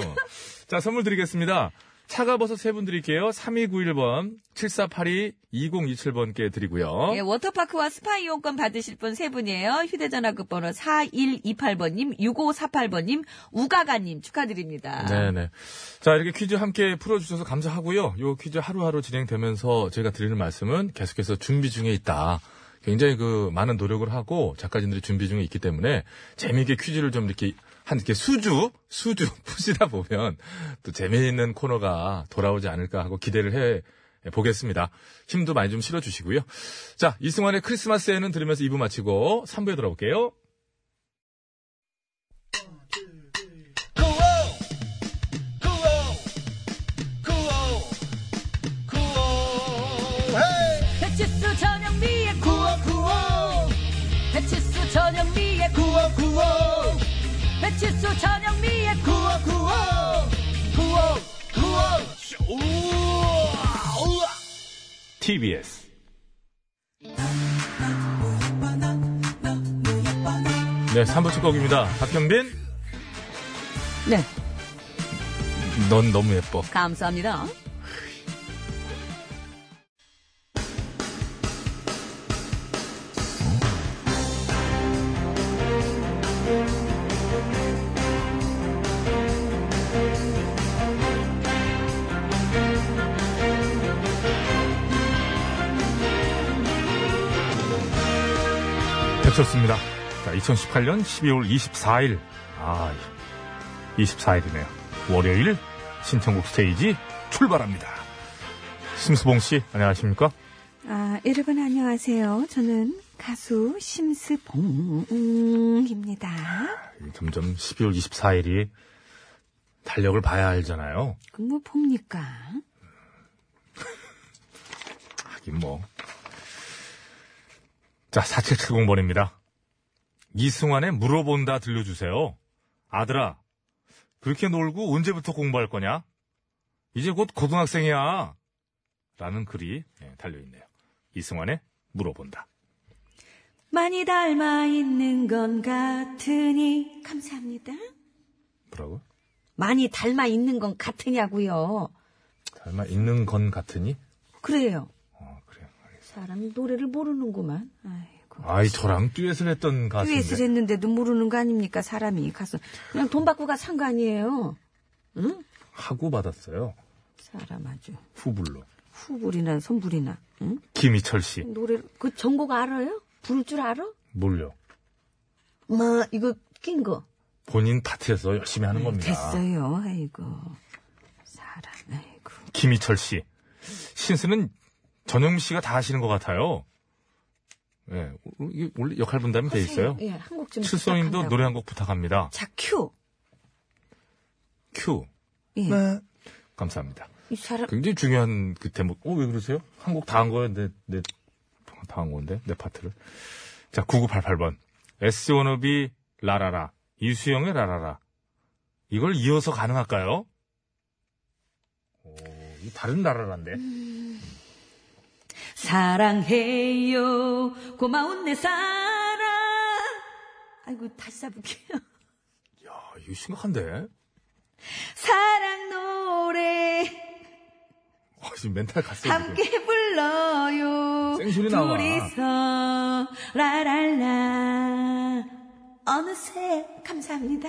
Speaker 3: 자 선물 드리겠습니다. 차가버섯 세 분 드릴게요. 3291번 7482 2027번께 드리고요.
Speaker 2: 예, 워터파크와 스파 이용권 받으실 분 세 분이에요. 휴대전화 끝번호 4128번님, 6548번님, 우가가님 축하드립니다.
Speaker 3: 네네. 자, 이렇게 퀴즈 함께 풀어주셔서 감사하고요. 요 퀴즈 하루하루 진행되면서 저희가 드리는 말씀은 계속해서 준비 중에 있다. 굉장히 그 많은 노력을 하고 작가진들이 준비 중에 있기 때문에 재미있게 퀴즈를 좀 이렇게 한 이렇게 수주, 수주 푸시다 보면 또 재미있는 코너가 돌아오지 않을까 하고 기대를 해 보겠습니다. 힘도 많이 좀 실어주시고요. 자, 이승환의 크리스마스에는 들으면서 2부 마치고 3부에 돌아올게요.
Speaker 2: 배치수 전영미의 구호 구호 배치수 전영미의 구호 구호 배치수 전영미의 구호
Speaker 3: TBS. 네, 3부 첫 곡입니다. 박현빈,
Speaker 2: 네
Speaker 3: 넌 너무 예뻐.
Speaker 2: 감사합니다
Speaker 3: 배쳤습니다. 자, 2018년 12월 24일. 아, 예. 24일이네요. 월요일 신청곡 스테이지 출발합니다. 심수봉 씨, 안녕하십니까?
Speaker 7: 아, 여러분 안녕하세요. 저는 가수 심스봉입니다.
Speaker 3: 점점 12월 24일이 달력을 봐야 알잖아요.
Speaker 7: 그뭐 봅니까?
Speaker 3: 하긴 뭐. 자, 4770번입니다. 이승환의 물어본다 들려주세요. 아들아, 그렇게 놀고 언제부터 공부할 거냐? 이제 곧 고등학생이야. 라는 글이 예, 달려있네요. 이승환의 물어본다.
Speaker 7: 많이 닮아 있는 건 같으니 감사합니다.
Speaker 5: 네?
Speaker 3: 뭐라고?
Speaker 7: 많이 닮아 있는 건 같으냐고요.
Speaker 3: 설마 있는 건 같으니?
Speaker 7: 그래요.
Speaker 3: 어, 그래요. 알겠습니다.
Speaker 7: 사람이 노래를 모르는구만. 아이고.
Speaker 3: 아이, 저랑 듀엣을 했던 가수인데.
Speaker 7: 듀엣을 했는데도 모르는 거 아닙니까? 사람이 가서 그냥 돈 받고 가산 거 아니에요. 응?
Speaker 3: 하고 받았어요.
Speaker 7: 사람 아주
Speaker 3: 후불로.
Speaker 7: 후불이나 선불이나. 응?
Speaker 3: 김희철 씨.
Speaker 7: 노래 그 전곡 알아요? 부를 줄 알아?
Speaker 3: 몰려.
Speaker 7: 마 이거 낀 거.
Speaker 3: 본인 파트에서 열심히 하는 겁니다.
Speaker 7: 네, 됐어요. 아이고. 사람 아이고.
Speaker 3: 김희철 씨. 신스는 전영미 씨가 다 하시는 것 같아요. 예, 이게 원래 역할 분담이 돼 있어요.
Speaker 7: 예, 한곡 좀.
Speaker 3: 칠성님도
Speaker 7: 부탁한다고.
Speaker 3: 노래 한 곡 부탁합니다.
Speaker 7: 자, 큐.
Speaker 3: 큐.
Speaker 7: 예.
Speaker 2: 네.
Speaker 3: 감사합니다.
Speaker 7: 이 사람
Speaker 3: 굉장히 중요한 그 대목. 어, 왜 그러세요? 한 곡 다 한 거예요. 내, 내, 다 한 건데, 내 파트를. 자, 9988번. S 원업이 라라라. 이수영의 라라라. 이걸 이어서 가능할까요? 오, 이 다른 라라라인데.
Speaker 7: 음. 사랑해요. 고마운 내 사랑. 아이고 다시 잡을게요.
Speaker 3: 야, 이거 심각한데?
Speaker 7: 사랑 노래
Speaker 3: 아, 지금 멘탈 갔어요. 지금.
Speaker 7: 함께 불러요.
Speaker 3: 생소리 나와.
Speaker 7: 둘이서 라랄라. 어느새 감사합니다.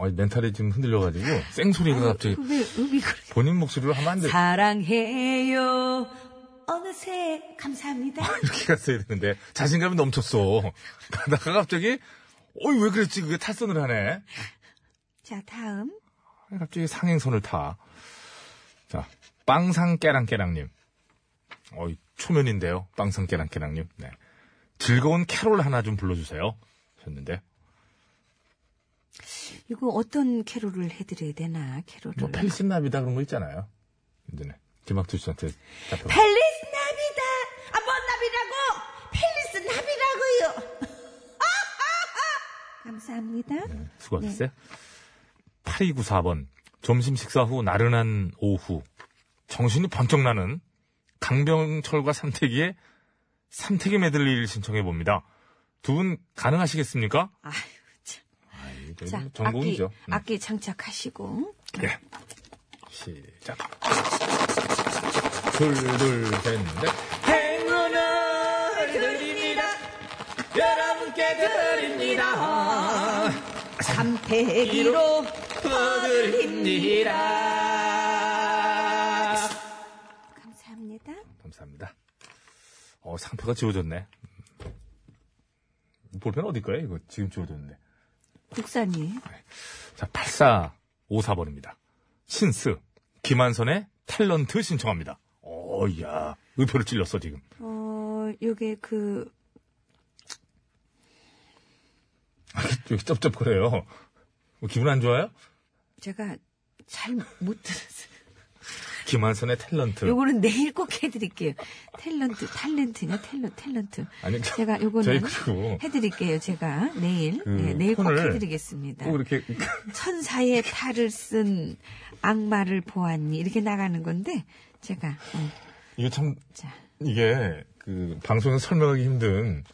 Speaker 3: 아니, 멘탈이 지금 흔들려가지고 쌩소리가 갑자기
Speaker 7: 왜, 왜 그래?
Speaker 3: 본인 목소리로 네. 하면 안 돼.
Speaker 7: 사랑해요. 어느새 감사합니다.
Speaker 3: 이렇게 갔어야 되는데 자신감이 넘쳤어. 가다가 갑자기 어이 왜 그랬지? 그게 탈선을 하네.
Speaker 7: 자, 다음.
Speaker 3: 아니, 갑자기 상행선을 타. 자, 빵상 깨랑깨랑님. 어이, 초면인데요. 빵상 깨랑깨랑님. 네. 즐거운 캐롤 하나 좀 불러주세요. 하셨는데.
Speaker 7: 이거 어떤 캐롤을 해드려야 되나, 캐롤을.
Speaker 3: 뭐, 펠신나비다 그런 거 있잖아요. 이제는. 김학주 씨한테 잡혀.
Speaker 8: 펠리스 나비다. 아, 뭔 나비라고? 펠리스 나비라고요.
Speaker 7: 감사합니다.
Speaker 3: 네. 수고하셨어요. 8294번. 점심 식사 후 나른한 오후. 정신이 번쩍 나는 강병철과 삼태기의 삼태기 메들리를 신청해 봅니다. 두 분 가능하시겠습니까?
Speaker 7: 아유, 참.
Speaker 3: 이거
Speaker 7: 자, 악기,
Speaker 3: 전공이죠. 음,
Speaker 7: 악기 장착하시고.
Speaker 3: 예. 시작. 둘, 둘, 셋, 넷.
Speaker 6: 행운을 드립니다. 여러분께 드립니다.
Speaker 8: 삼태기로
Speaker 6: 드립니다.
Speaker 7: 감사합니다.
Speaker 3: 감사합니다. 어, 상표가 지워졌네. 음. 볼펜 어디 거예요? 이거 지금 지워졌는데.
Speaker 7: 국사님.
Speaker 3: 자, 8454번입니다. 신스, 김한선의 탤런트 신청합니다. 오, 야 의표를 찔렀어, 지금.
Speaker 7: 어, 요게 그,
Speaker 3: 여기 쩝쩝거려요. 뭐 기분 안 좋아요?
Speaker 7: 제가 잘 못 들었어요.
Speaker 3: 김한선의 탤런트.
Speaker 7: 요거는 내일 꼭 해드릴게요. 탤런트, 탤런트냐, 탤런, 탤런트.
Speaker 3: 아니, 저-
Speaker 7: 제가
Speaker 3: 저희
Speaker 7: 요거는
Speaker 3: 그리고-
Speaker 7: 해드릴게요, 제가. 내일.
Speaker 3: 그
Speaker 7: 네, 내일 꼭
Speaker 3: 폰을
Speaker 7: 해드리겠습니다.
Speaker 3: 꼭 이렇게.
Speaker 7: 천사의 탈을 쓴 악마를 보았니 이렇게 나가는 건데 제가 어,
Speaker 3: 이게 참,
Speaker 7: 자
Speaker 3: 이게, 그, 방송에서 설명하기 힘든.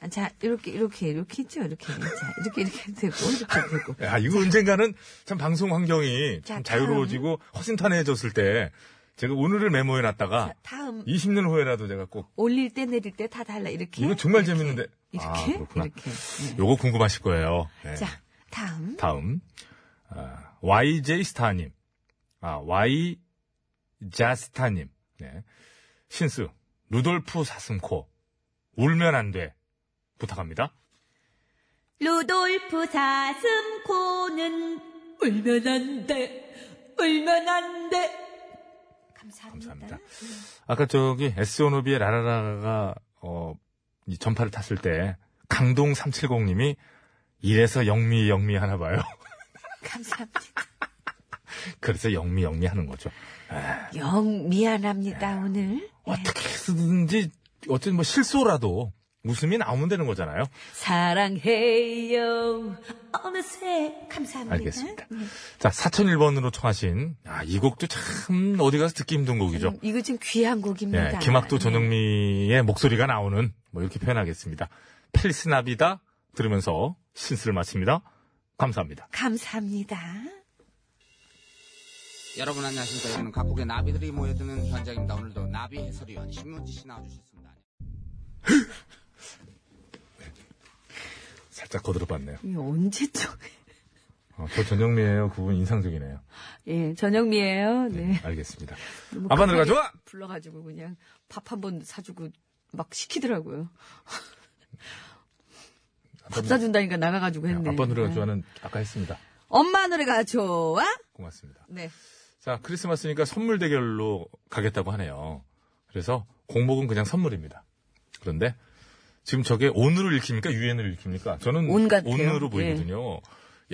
Speaker 7: 아, 자, 이렇게 이렇게 이렇게 있죠 이렇게 자, 이렇게 이렇게 되고 이렇게 되고
Speaker 3: 야, 아, 이거 언젠가는 참 방송 환경이 참
Speaker 7: 자, 다음.
Speaker 3: 자유로워지고 허심탄회해졌을 때, 제가 오늘을 메모해 놨다가,
Speaker 7: 다음
Speaker 3: 20년 후에라도 제가 꼭,
Speaker 7: 올릴 때 내릴 때 다 달라 이렇게
Speaker 3: 이거 정말
Speaker 7: 이렇게,
Speaker 3: 재밌는데.
Speaker 7: 이렇게
Speaker 3: 아, 그렇구나.
Speaker 7: 이렇게 네.
Speaker 3: 요거 궁금하실 거예요. 네.
Speaker 7: 자 다음
Speaker 3: 다음 아, YJ 스타님, 아 Y 자스타님, 네. 신스 루돌프 사슴코 울면 안 돼. 부탁합니다.
Speaker 2: 루돌프 사슴코는 울면 안 돼, 울면 안 돼.
Speaker 3: 감사합니다. 아까 저기 에스오노비의 라라라가 어, 이 전파를 탔을 때 강동 370님이 이래서 영미 영미 하나 봐요.
Speaker 2: 감사합니다.
Speaker 3: 그래서 영미 영미 하는 거죠.
Speaker 2: 영 미안합니다 오늘.
Speaker 3: 어떻게 쓰든지 어쨌든 뭐 실소라도 웃음이 나오면 되는 거잖아요.
Speaker 2: 사랑해요. 어느새 감사합니다.
Speaker 3: 알겠습니다.
Speaker 7: 네,
Speaker 3: 자, 4001번으로 청하신 아, 이 곡도 참 어디 가서 듣기 힘든 곡이죠.
Speaker 2: 음, 이거 지금 귀한 곡입니다.
Speaker 3: 예, 김학도 전흥미의 목소리가 나오는 뭐 이렇게 표현하겠습니다. 펠리스나비다 들으면서 신스를 마칩니다. 감사합니다.
Speaker 2: 감사합니다.
Speaker 9: 여러분 안녕하십니까. 여기는 각국의 나비들이 모여드는 현장입니다. 오늘도 나비 해설위원 신문지 씨 나와주셨습니다.
Speaker 3: 살짝 거들어봤네요.
Speaker 2: 이거 언제쯤?
Speaker 3: 어, 저 전영미예요. 그분 인상적이네요.
Speaker 2: 예, 전영미예요. 네.
Speaker 3: 알겠습니다.
Speaker 2: 너무
Speaker 3: 아빠
Speaker 2: 급하게
Speaker 3: 노래가 좋아.
Speaker 2: 불러가지고 그냥 밥 한 번 사주고 막
Speaker 3: 아,
Speaker 2: 시키더라고요. 밥
Speaker 3: 뭐-
Speaker 2: 사준다니까 나가가지고 했네.
Speaker 3: 아빠 노래가
Speaker 2: 아.
Speaker 3: 좋아하는 아까 했습니다.
Speaker 2: 엄마 노래가 좋아?
Speaker 3: 고맙습니다.
Speaker 2: 네.
Speaker 3: 자 크리스마스니까 선물 대결로 가겠다고 하네요. 그래서 공복은 그냥 선물입니다. 그런데 지금 저게 온으로 읽힙니까 유엔으로 읽힙니까? 저는
Speaker 2: 온 같아요. 예.
Speaker 3: 온으로 보이거든요.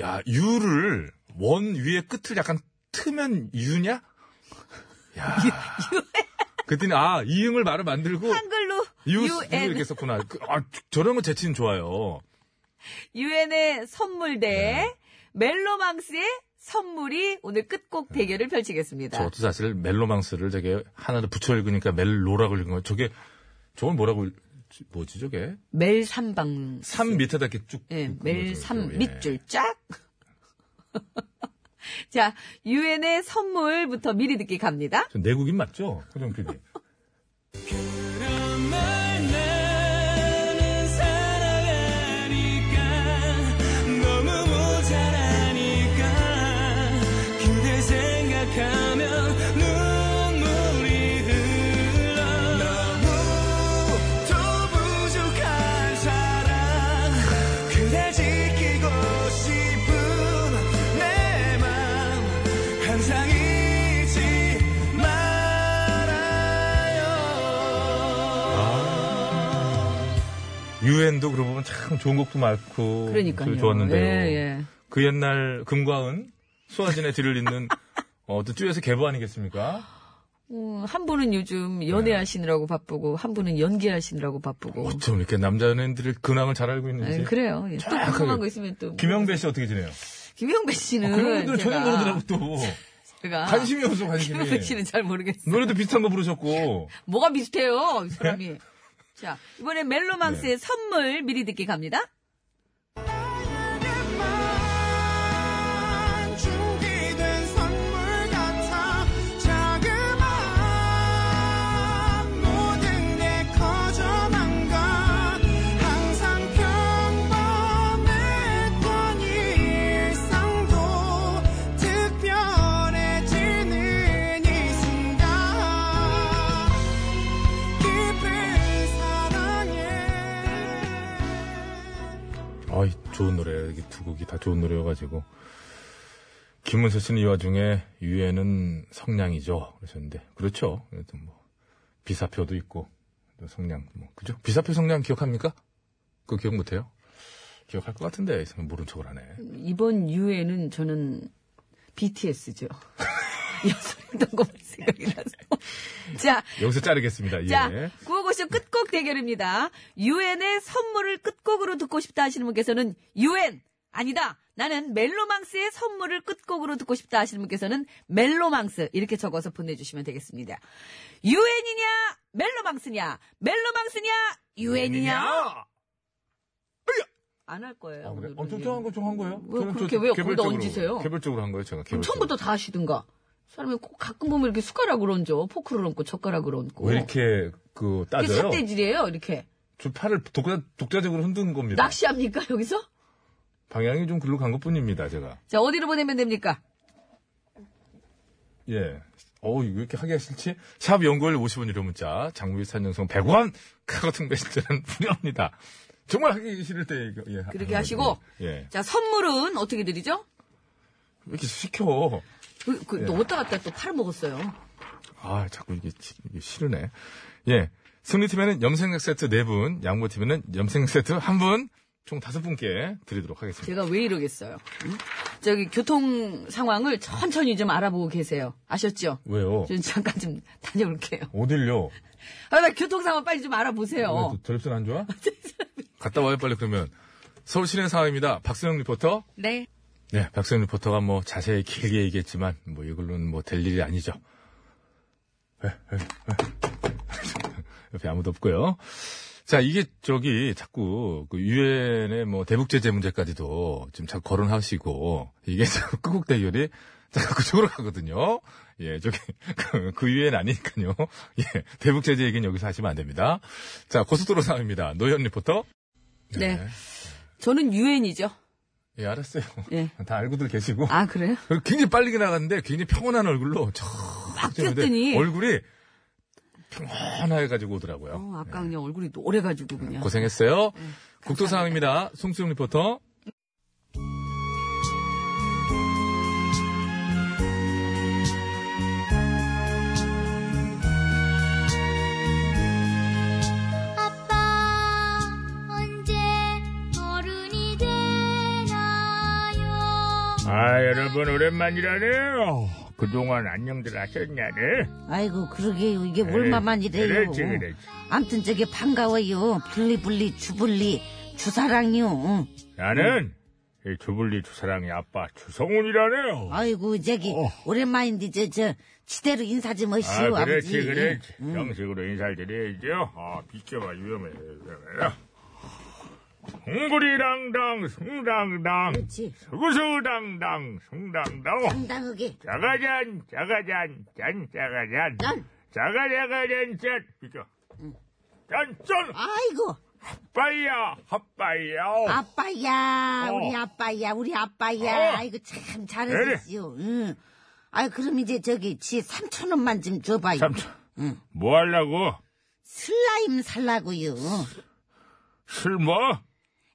Speaker 3: 야 유를 원 위에 끝을 약간 트면 유냐? 야. 그랬더니 아 이응을 말을 만들고
Speaker 2: 한글로
Speaker 3: 유
Speaker 2: UN,
Speaker 3: 이렇게 썼구나. 그, 아, 저런 거 재치는 좋아요.
Speaker 2: UN의 선물대
Speaker 3: 네.
Speaker 2: 멜로망스의 선물이 오늘 끝곡 대결을 펼치겠습니다.
Speaker 3: 네. 저것도 사실 멜로망스를 저게 하나를 붙여 읽으니까 멜로라고 읽은 거예요. 저게 저걸 뭐라고 읽- 뭐지 저게?
Speaker 2: 멜삼방.
Speaker 3: 삼 밑에다 이렇게 쭉.
Speaker 2: 예,
Speaker 3: 긋는 거죠.
Speaker 2: 멜삼
Speaker 3: 예.
Speaker 2: 밑줄 쫙. 자, 유엔의 선물부터 미리 듣기 갑니다.
Speaker 3: 저 내국인 맞죠? 호정 PD.
Speaker 6: 항상 잊지 말아요.
Speaker 3: 유엔도 그러고 보면 참 좋은 곡도 많고.
Speaker 2: 그러니까요.
Speaker 3: 참 좋았는데요.
Speaker 2: 예, 예.
Speaker 3: 그 옛날 금과은 수아진의 뒤를 잇는 어, 또 듀엣의 개보 아니겠습니까?
Speaker 2: 어, 한 분은
Speaker 3: 네.
Speaker 2: 요즘 연애하시느라고 바쁘고, 한 분은 연기하시느라고 바쁘고.
Speaker 3: 어쩜 이렇게 남자 연예인들의 근황을 잘 알고 있는지.
Speaker 2: 예, 그래요. 예. 또
Speaker 3: 쫙
Speaker 2: 궁금한
Speaker 3: 그-
Speaker 2: 거 있으면 또.
Speaker 3: 김영배 씨 어떻게 지내요?
Speaker 2: 김영배 씨는.
Speaker 3: 아, 그런 분들은 전혀
Speaker 2: 제가-
Speaker 3: 모르더라고 또.
Speaker 2: 제가
Speaker 3: 관심이 없어 관심이.
Speaker 2: 김영배 씨는 잘 모르겠어요.
Speaker 3: 노래도 비슷한 거 부르셨고.
Speaker 2: 뭐가 비슷해요, 이
Speaker 3: 네.
Speaker 2: 사람이. 자, 이번에 멜로망스의 선물 미리 듣기 갑니다.
Speaker 6: 만 준비된 선물 같아 자그마한 모든 게 커져만 가 항상 평범했던 이 일상도 특별해지는 이 순간 깊은 사랑에
Speaker 3: 아이, 좋은 노래. 이게 두 곡이 다 좋은 노래여가지고. 김문세 씨는 이 와중에 유엔은 성량이죠. 그러셨는데. 그렇죠. 그래도 뭐, 비사표도 있고, 또 성량, 뭐, 그죠? 비사표 성량 기억합니까? 그거 기억 못해요? 기억할 것 같은데, 이 사람 모른 척을 하네.
Speaker 2: 이번 유엔은 저는 BTS죠. 여성이던 것만 생각이 나서. 자,
Speaker 3: 여기서 자르겠습니다. 예.
Speaker 2: 자, 구호고쇼 끝곡 대결입니다. 유엔의 선물을 끝곡으로 듣고 싶다 하시는 분께서는 유엔 아니다. 나는 멜로망스의 선물을 끝곡으로 듣고 싶다 하시는 분께서는 멜로망스 이렇게 적어서 보내주시면 되겠습니다. 유엔이냐 멜로망스냐 멜로망스냐 유엔이냐 안 할 거예요.
Speaker 3: 아, 그래?
Speaker 2: 오늘은.
Speaker 3: 어, 적당한 거 좀 한 거예요?
Speaker 2: 왜
Speaker 3: 저는
Speaker 2: 뭐 그렇게
Speaker 3: 저-
Speaker 2: 왜요? 거기다
Speaker 3: 개별적으로,
Speaker 2: 얹으세요?
Speaker 3: 개별적으로 한 거예요, 제가.
Speaker 2: 그럼
Speaker 3: 개별적으로.
Speaker 2: 처음부터 다 하시든가. 사람이 꼭 가끔 보면 이렇게 숟가락을 얹어 포크를 얹고 젓가락을 얹고.
Speaker 3: 왜 이렇게, 그,
Speaker 2: 이게
Speaker 3: 따져요?
Speaker 2: 삿대질이에요 이렇게.
Speaker 3: 저 팔을 독자, 독자적으로 흔든 겁니다.
Speaker 2: 낚시합니까 여기서?
Speaker 3: 방향이 좀 글로 간 것 뿐입니다, 제가.
Speaker 2: 자 어디로 보내면 됩니까?
Speaker 3: 예.
Speaker 10: 어우, 왜 이렇게 하기가 싫지? 샵 연구일 50원 유료 문자, 장무일 산연성 100원, 카카오톡 메신저는 무료입니다. 정말 하기 싫을 때, 이거, 예.
Speaker 2: 그렇게
Speaker 10: 하는
Speaker 2: 하시고
Speaker 10: 거죠. 예.
Speaker 2: 자 선물은 어떻게 드리죠?
Speaker 10: 왜 이렇게 시켜?
Speaker 2: 그, 그, 또 왔다 갔다 또 팔아먹었어요.
Speaker 10: 아, 자꾸 이게, 지- 이게 싫으네. 예. 승리팀에는 염색약 세트 4분, 양보팀에는 염색약 세트 1분, 총 5분께 드리도록 하겠습니다.
Speaker 2: 제가 왜 이러겠어요? 응? 저기 교통 상황을 천천히 좀 알아보고 계세요. 아셨죠?
Speaker 10: 왜요?
Speaker 2: 저 잠깐 좀 다녀올게요.
Speaker 10: 어딜요?
Speaker 2: 아, 나 교통 상황 빨리 좀
Speaker 10: 왜
Speaker 2: 알아보세요.
Speaker 10: 또 전립선 안 좋아? 갔다 와요, 빨리 그러면. 서울 시내 상황입니다. 박수영 리포터.
Speaker 2: 네.
Speaker 10: 네, 박수영 리포터가 뭐 자세히 길게 얘기했지만, 뭐 이걸로는 뭐 될 일이 아니죠. 에, 에, 에. 옆에 아무도 없고요. 자, 이게 저기 자꾸 그 유엔의 뭐 대북 제재 문제까지도 지금 자꾸 거론하시고 이게 자꾸 끄국 대결이 자꾸 그쪽으로 가거든요. 예, 저기 그, 그 유엔 아니니까요. 예, 대북 제재 얘기는 여기서 하시면 안 됩니다. 자, 고속도로 상황입니다. 노현 리포터.
Speaker 2: 네. 저는 유엔이죠.
Speaker 10: 예, 알았어요.
Speaker 2: 예.
Speaker 10: 다 알고들 계시고.
Speaker 2: 아, 그래요?
Speaker 10: 그리고 굉장히 빨리 지나갔는데 굉장히 평온한 얼굴로 쫙 지나가는데
Speaker 2: 뛰었더니.
Speaker 10: 얼굴이 평온해가지고 오더라고요.
Speaker 2: 어, 아까 그냥 얼굴이 노래가지고 그냥. 네,
Speaker 10: 고생했어요. 국도 상황입니다. 송수영 리포터.
Speaker 6: 아빠 언제 어른이 되나요?
Speaker 10: 아, 여러분, 오랜만이라네요. 그동안 안녕들 하셨냐네?
Speaker 5: 아이고 그러게요 이게 네, 얼마만 이래요
Speaker 10: 그렇지, 그렇지.
Speaker 5: 암튼 저게 반가워요 블리블리 주블리 주사랑이요
Speaker 10: 나는,
Speaker 5: 네.
Speaker 10: 이 주블리 주사랑의 아빠 주성훈이라네요.
Speaker 5: 아이고 저기 오랜만인데 저 저 지대로 인사 좀 하시오
Speaker 10: 어. 아,
Speaker 5: 아, 버지
Speaker 10: 그렇지, 그렇지. 형식으로 인사를 드려야죠. 아, 비켜봐, 위험해. 송구리랑당, 송당당.
Speaker 5: 그렇지
Speaker 10: 서구서당당, 송당당.
Speaker 5: 당당하게
Speaker 10: 자가잔, 자가잔, 짠, 자가잔.
Speaker 5: 짠.
Speaker 10: 자가자가잔, 짠. 비켜. 짠, 짠.
Speaker 5: 아이고
Speaker 10: 빠이야, 핫빠이야.
Speaker 5: 아빠야
Speaker 10: 어.
Speaker 5: 우리 아빠야 우리 아빠야
Speaker 10: 어.
Speaker 5: 아이고 참 잘하셨어요 응. 아이 그럼 이제 저기 지 3천 원만 좀 줘봐요
Speaker 10: 삼촌. 뭐 하려고?
Speaker 5: 슬라임 살라고요
Speaker 10: 술 뭐?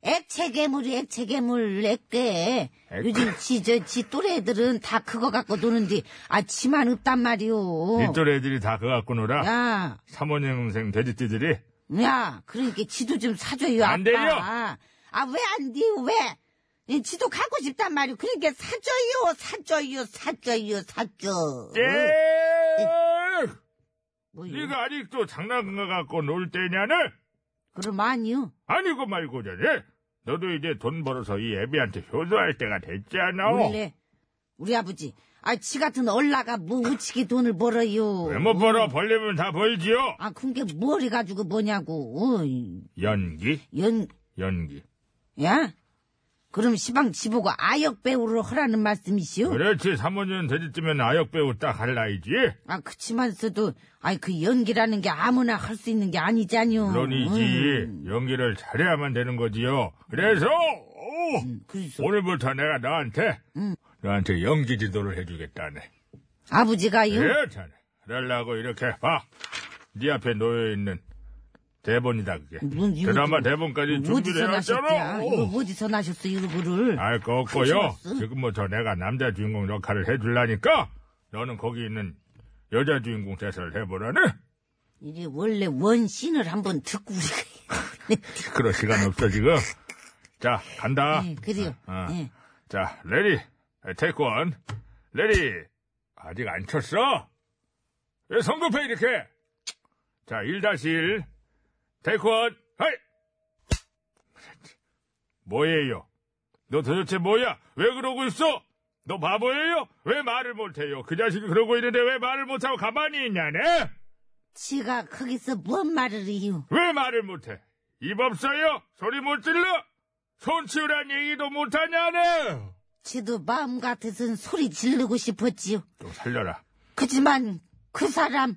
Speaker 5: 액체 괴물, 액체 괴물, 액괴.
Speaker 10: 액-
Speaker 5: 요즘 지, 저, 지 또래들은 다 그거 갖고 노는데, 아, 지만 없단 말이오.
Speaker 10: 이 또래 애들이 다 그거 갖고 놀아.
Speaker 5: 어. 야,
Speaker 10: 사모님생 돼지띠들이.
Speaker 5: 야, 그러니까 지도 좀 사줘요, 아빠.
Speaker 10: 안 돼요.
Speaker 5: 아, 왜 안 돼요, 왜? 이 지도 갖고 싶단 말이오. 그러니까 사줘요, 사줘요, 사줘요, 사줘.
Speaker 10: 예!
Speaker 5: 뭐요?
Speaker 10: 네가 아직도 장난감 갖고 놀 때냐네?
Speaker 5: 그럼 아니요.
Speaker 10: 아니고 말고자네. 너도 이제 돈 벌어서 이 애비한테 효도할 때가 됐잖아.
Speaker 5: 원래, 우리 아버지. 아, 지 같은 얼라가 뭐 우치게 돈을 벌어요.
Speaker 10: 왜 못 벌어? 벌리면 다 벌지요.
Speaker 5: 아, 그게 뭘 해가지고 뭐냐고. 어이,
Speaker 10: 연기,
Speaker 5: 연,
Speaker 10: 연기.
Speaker 5: 야? 그럼 시방 지보고 아역 배우로 하라는 말씀이시오?
Speaker 10: 그렇지. 3년 되지쯤엔 아역 배우 딱 할라이지.
Speaker 5: 아, 그치만서도, 아이, 그 연기라는 게 아무나 할 수 있는 게 음. 아니잖요.
Speaker 10: 물론이지.
Speaker 5: 예.
Speaker 10: 연기를 잘해야만 되는 거지요. 그래서 오,
Speaker 5: 음, 그래서,
Speaker 10: 오늘부터 내가 너한테
Speaker 5: 음.
Speaker 10: 너한테 연기 지도를 해주겠다네.
Speaker 5: 아버지가요?
Speaker 10: 예, 자네. 그러려고 이렇게 봐. 네 앞에 놓여있는 대본이다, 그게.
Speaker 5: 뭔 이거
Speaker 10: 드라마
Speaker 5: 좀-
Speaker 10: 대본까지
Speaker 5: 어디서
Speaker 10: 준비를
Speaker 5: 나셨냐?
Speaker 10: 했잖아.
Speaker 5: 이거 뭐 어디서 나셨어, 이거를?
Speaker 10: 알 거 없고요.
Speaker 5: 하셨어?
Speaker 10: 지금부터 내가 남자 주인공 역할을 해줄라니까 너는 거기 있는 여자 주인공 대사를 해보라네.
Speaker 5: 이게 원래 원신을 한번 듣고 우리가.
Speaker 10: 시끄러 시간 없어, 지금. 자, 간다.
Speaker 5: 예, 그래요.
Speaker 10: 아, 아.
Speaker 5: 예.
Speaker 10: 자, 레디, 테이크 원. 레디, 아직 안 쳤어? 왜 성급해, 이렇게? 자, 1-1. 테이크 원, 하이! 뭐예요? 너 도대체 뭐야? 왜 그러고 있어? 너 바보예요? 왜 말을 못해요? 그 자식이 그러고 있는데 왜 말을 못하고 가만히 있냐네?
Speaker 5: 지가 거기서 뭔 말을 해요?
Speaker 10: 왜 말을 못해? 입 없어요? 소리 못 질러? 손 치우란 얘기도 못하냐네?
Speaker 5: 지도 마음 같아선 소리 지르고 싶었지요.
Speaker 10: 좀 살려라.
Speaker 5: 그지만 그 사람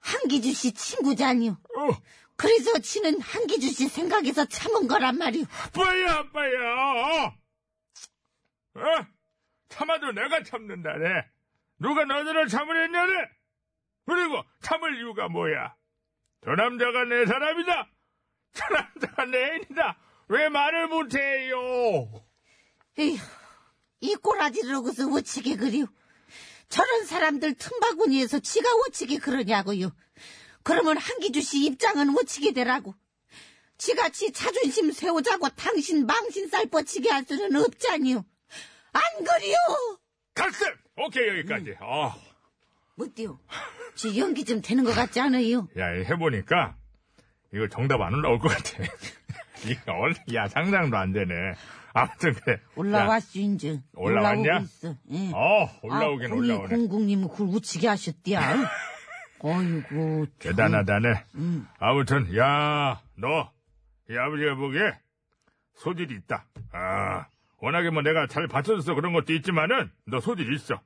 Speaker 5: 한기주 씨 친구잖요.
Speaker 10: 어,
Speaker 5: 그래서 지는 한기주 씨 생각에서 참은 거란 말이오.
Speaker 10: 아빠야, 아빠야. 어? 참아도 내가 참는다네. 누가 너들을 참을 했냐네? 그리고 참을 이유가 뭐야? 저 남자가 내 사람이다. 저 남자가 내 애인이다. 왜 말을 못해요?
Speaker 5: 에휴, 이 꼬라지를 하고서 우치게 그리요. 저런 사람들 틈바구니에서 지가 우치게 그러냐고요. 그러면 한기주 씨 입장은 우치게 되라고. 지같이 자존심 세우자고 당신 망신살 뻗치게 할 수는 없잖요. 안 그리요!
Speaker 10: 갔음! 오케이, 여기까지. 어,
Speaker 5: 못디요. 지 연기 좀 되는 것 같지 않아요?
Speaker 10: 야, 해보니까, 이거 정답 안 올라올 것 같아. 이거 얼- 야, 상상도 안 되네. 아무튼, 그래. 야,
Speaker 5: 올라왔슈, 인제.
Speaker 10: 올라왔냐?
Speaker 5: 올라오고 있어. 예.
Speaker 10: 어, 올라오긴
Speaker 5: 아,
Speaker 10: 올라오네.
Speaker 5: 공국님은 그걸 우치게 하셨디야. 어이구. 참.
Speaker 10: 대단하다네.
Speaker 5: 음,
Speaker 10: 아무튼, 야, 너, 이 아버지가 보기에 소질이 있다. 아, 워낙에 뭐 내가 잘 받쳐줘서 그런 것도 있지만은, 너 소질이 있어. 어,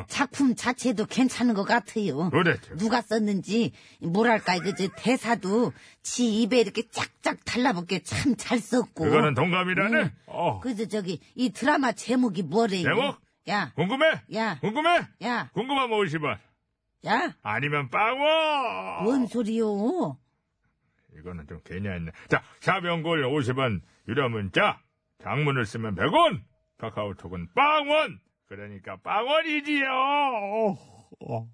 Speaker 10: 어.
Speaker 5: 작품 자체도 괜찮은 것 같아요.
Speaker 10: 도대체.
Speaker 5: 누가 썼는지, 뭐랄까, 이거 저 대사도 지 입에 이렇게 쫙쫙 달라붙게 참 잘 썼고.
Speaker 10: 그거는 동감이라네?
Speaker 5: 음.
Speaker 10: 어.
Speaker 5: 그래서 저기, 이 드라마 제목이 뭐래요?
Speaker 10: 제목?
Speaker 5: 야,
Speaker 10: 궁금해?
Speaker 5: 야.
Speaker 10: 궁금해?
Speaker 5: 야,
Speaker 10: 궁금하면 50원.
Speaker 5: 아. 야,
Speaker 10: 아니면 빵원!
Speaker 5: 뭔 소리요?
Speaker 10: 이거는 좀 괜히 했네. 자, 샵 연골 50원, 유료 문자, 장문을 쓰면 100원, 카카오톡은 빵원! 그러니까 빵원이지요! 어.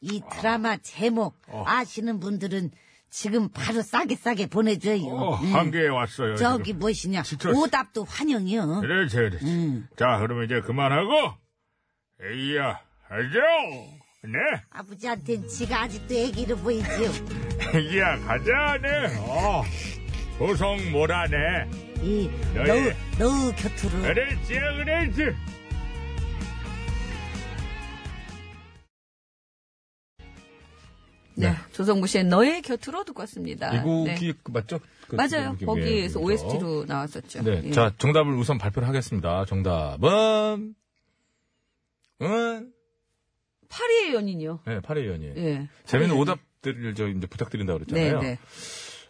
Speaker 5: 이 드라마 제목
Speaker 10: 어.
Speaker 5: 아시는 분들은 지금 바로 싸게 싸게 보내줘요.
Speaker 10: 어,
Speaker 5: 음.
Speaker 10: 한계에 왔어요.
Speaker 5: 저기
Speaker 10: 지금.
Speaker 5: 뭐시냐
Speaker 10: 진짜.
Speaker 5: 오답도 환영이요.
Speaker 10: 그렇지, 그렇지.
Speaker 5: 어? 음.
Speaker 10: 자, 그러면 이제 그만하고, 에이야, 하죠! 네?
Speaker 5: 아버지한텐 지가 아직도 애기로 보이지요.
Speaker 10: 에이야, 가자, 네! 어, 고성 뭐라네.
Speaker 5: 이
Speaker 10: 야,
Speaker 5: 너우
Speaker 10: 예.
Speaker 5: 너우 곁으로.
Speaker 10: 그랬지, 그랬지!
Speaker 2: 네.
Speaker 10: 네.
Speaker 2: 조성무 씨의 너의 곁으로 듣고 왔습니다.
Speaker 3: 이 곡이
Speaker 2: 네.
Speaker 3: 그 맞죠? 그
Speaker 2: 맞아요.
Speaker 3: 곡이,
Speaker 2: 거기에서
Speaker 3: 예, 그렇죠.
Speaker 2: OST로 나왔었죠.
Speaker 3: 네,
Speaker 2: 예.
Speaker 3: 자 정답을 우선 발표를 하겠습니다. 정답은 은
Speaker 2: 파리의 연인이요.
Speaker 3: 네, 파리 연이.
Speaker 2: 예.
Speaker 3: 재밌는
Speaker 2: 파리의
Speaker 3: 오답들을 저 이제 부탁드린다
Speaker 2: 네,
Speaker 3: 그랬잖아요.
Speaker 2: 네.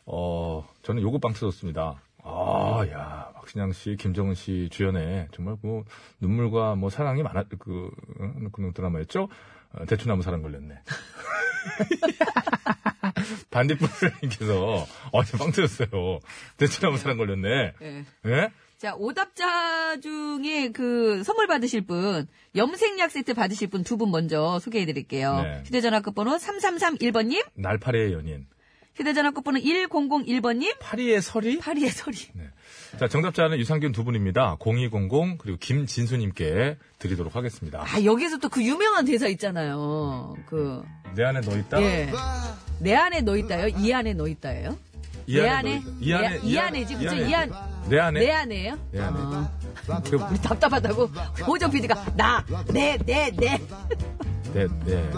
Speaker 3: 어, 저는 요거 빵 터졌습니다. 아, 야, 박신양 씨, 김정은 씨 주연의 정말 뭐 눈물과 뭐 사랑이 많았 그 어, 그런 드라마였죠. 어, 대추나무 사랑 걸렸네. 반딧불님께서 어제 빵 터졌어요. 대추나무 사랑 걸렸네.
Speaker 2: 예.
Speaker 3: 예?
Speaker 2: 자, 오답자 중에 그 선물 받으실 분, 염색약 세트 받으실 분 두 분 먼저 소개해 드릴게요.
Speaker 3: 네.
Speaker 2: 휴대전화 끝번호 3331번님,
Speaker 3: 날파리의 연인.
Speaker 2: 휴대전화 끝번호 1001번님,
Speaker 3: 파리의 설이? 네.
Speaker 2: 파리의 소리.
Speaker 3: 자, 정답자는 유산균 두 분입니다. 0200 그리고 김진수님께 드리도록 하겠습니다.
Speaker 2: 아, 여기서 또 그 유명한 대사 있잖아요. 그,
Speaker 3: 내 안에 너 있다.
Speaker 2: 예. 내 안에 너 있다요? 이 안에 너 있다예요?
Speaker 3: 이 안에
Speaker 2: 내 안에?
Speaker 3: 너 있다.
Speaker 2: 이 안에? 이 안에지, 그죠? 이 안에.
Speaker 3: 내 안에.
Speaker 2: 내 안에요?
Speaker 3: 내 안에.
Speaker 2: 어,
Speaker 3: 그,
Speaker 2: 우리 답답하다고 오정 PD가 나, 내, 내, 내.
Speaker 3: 네, 네.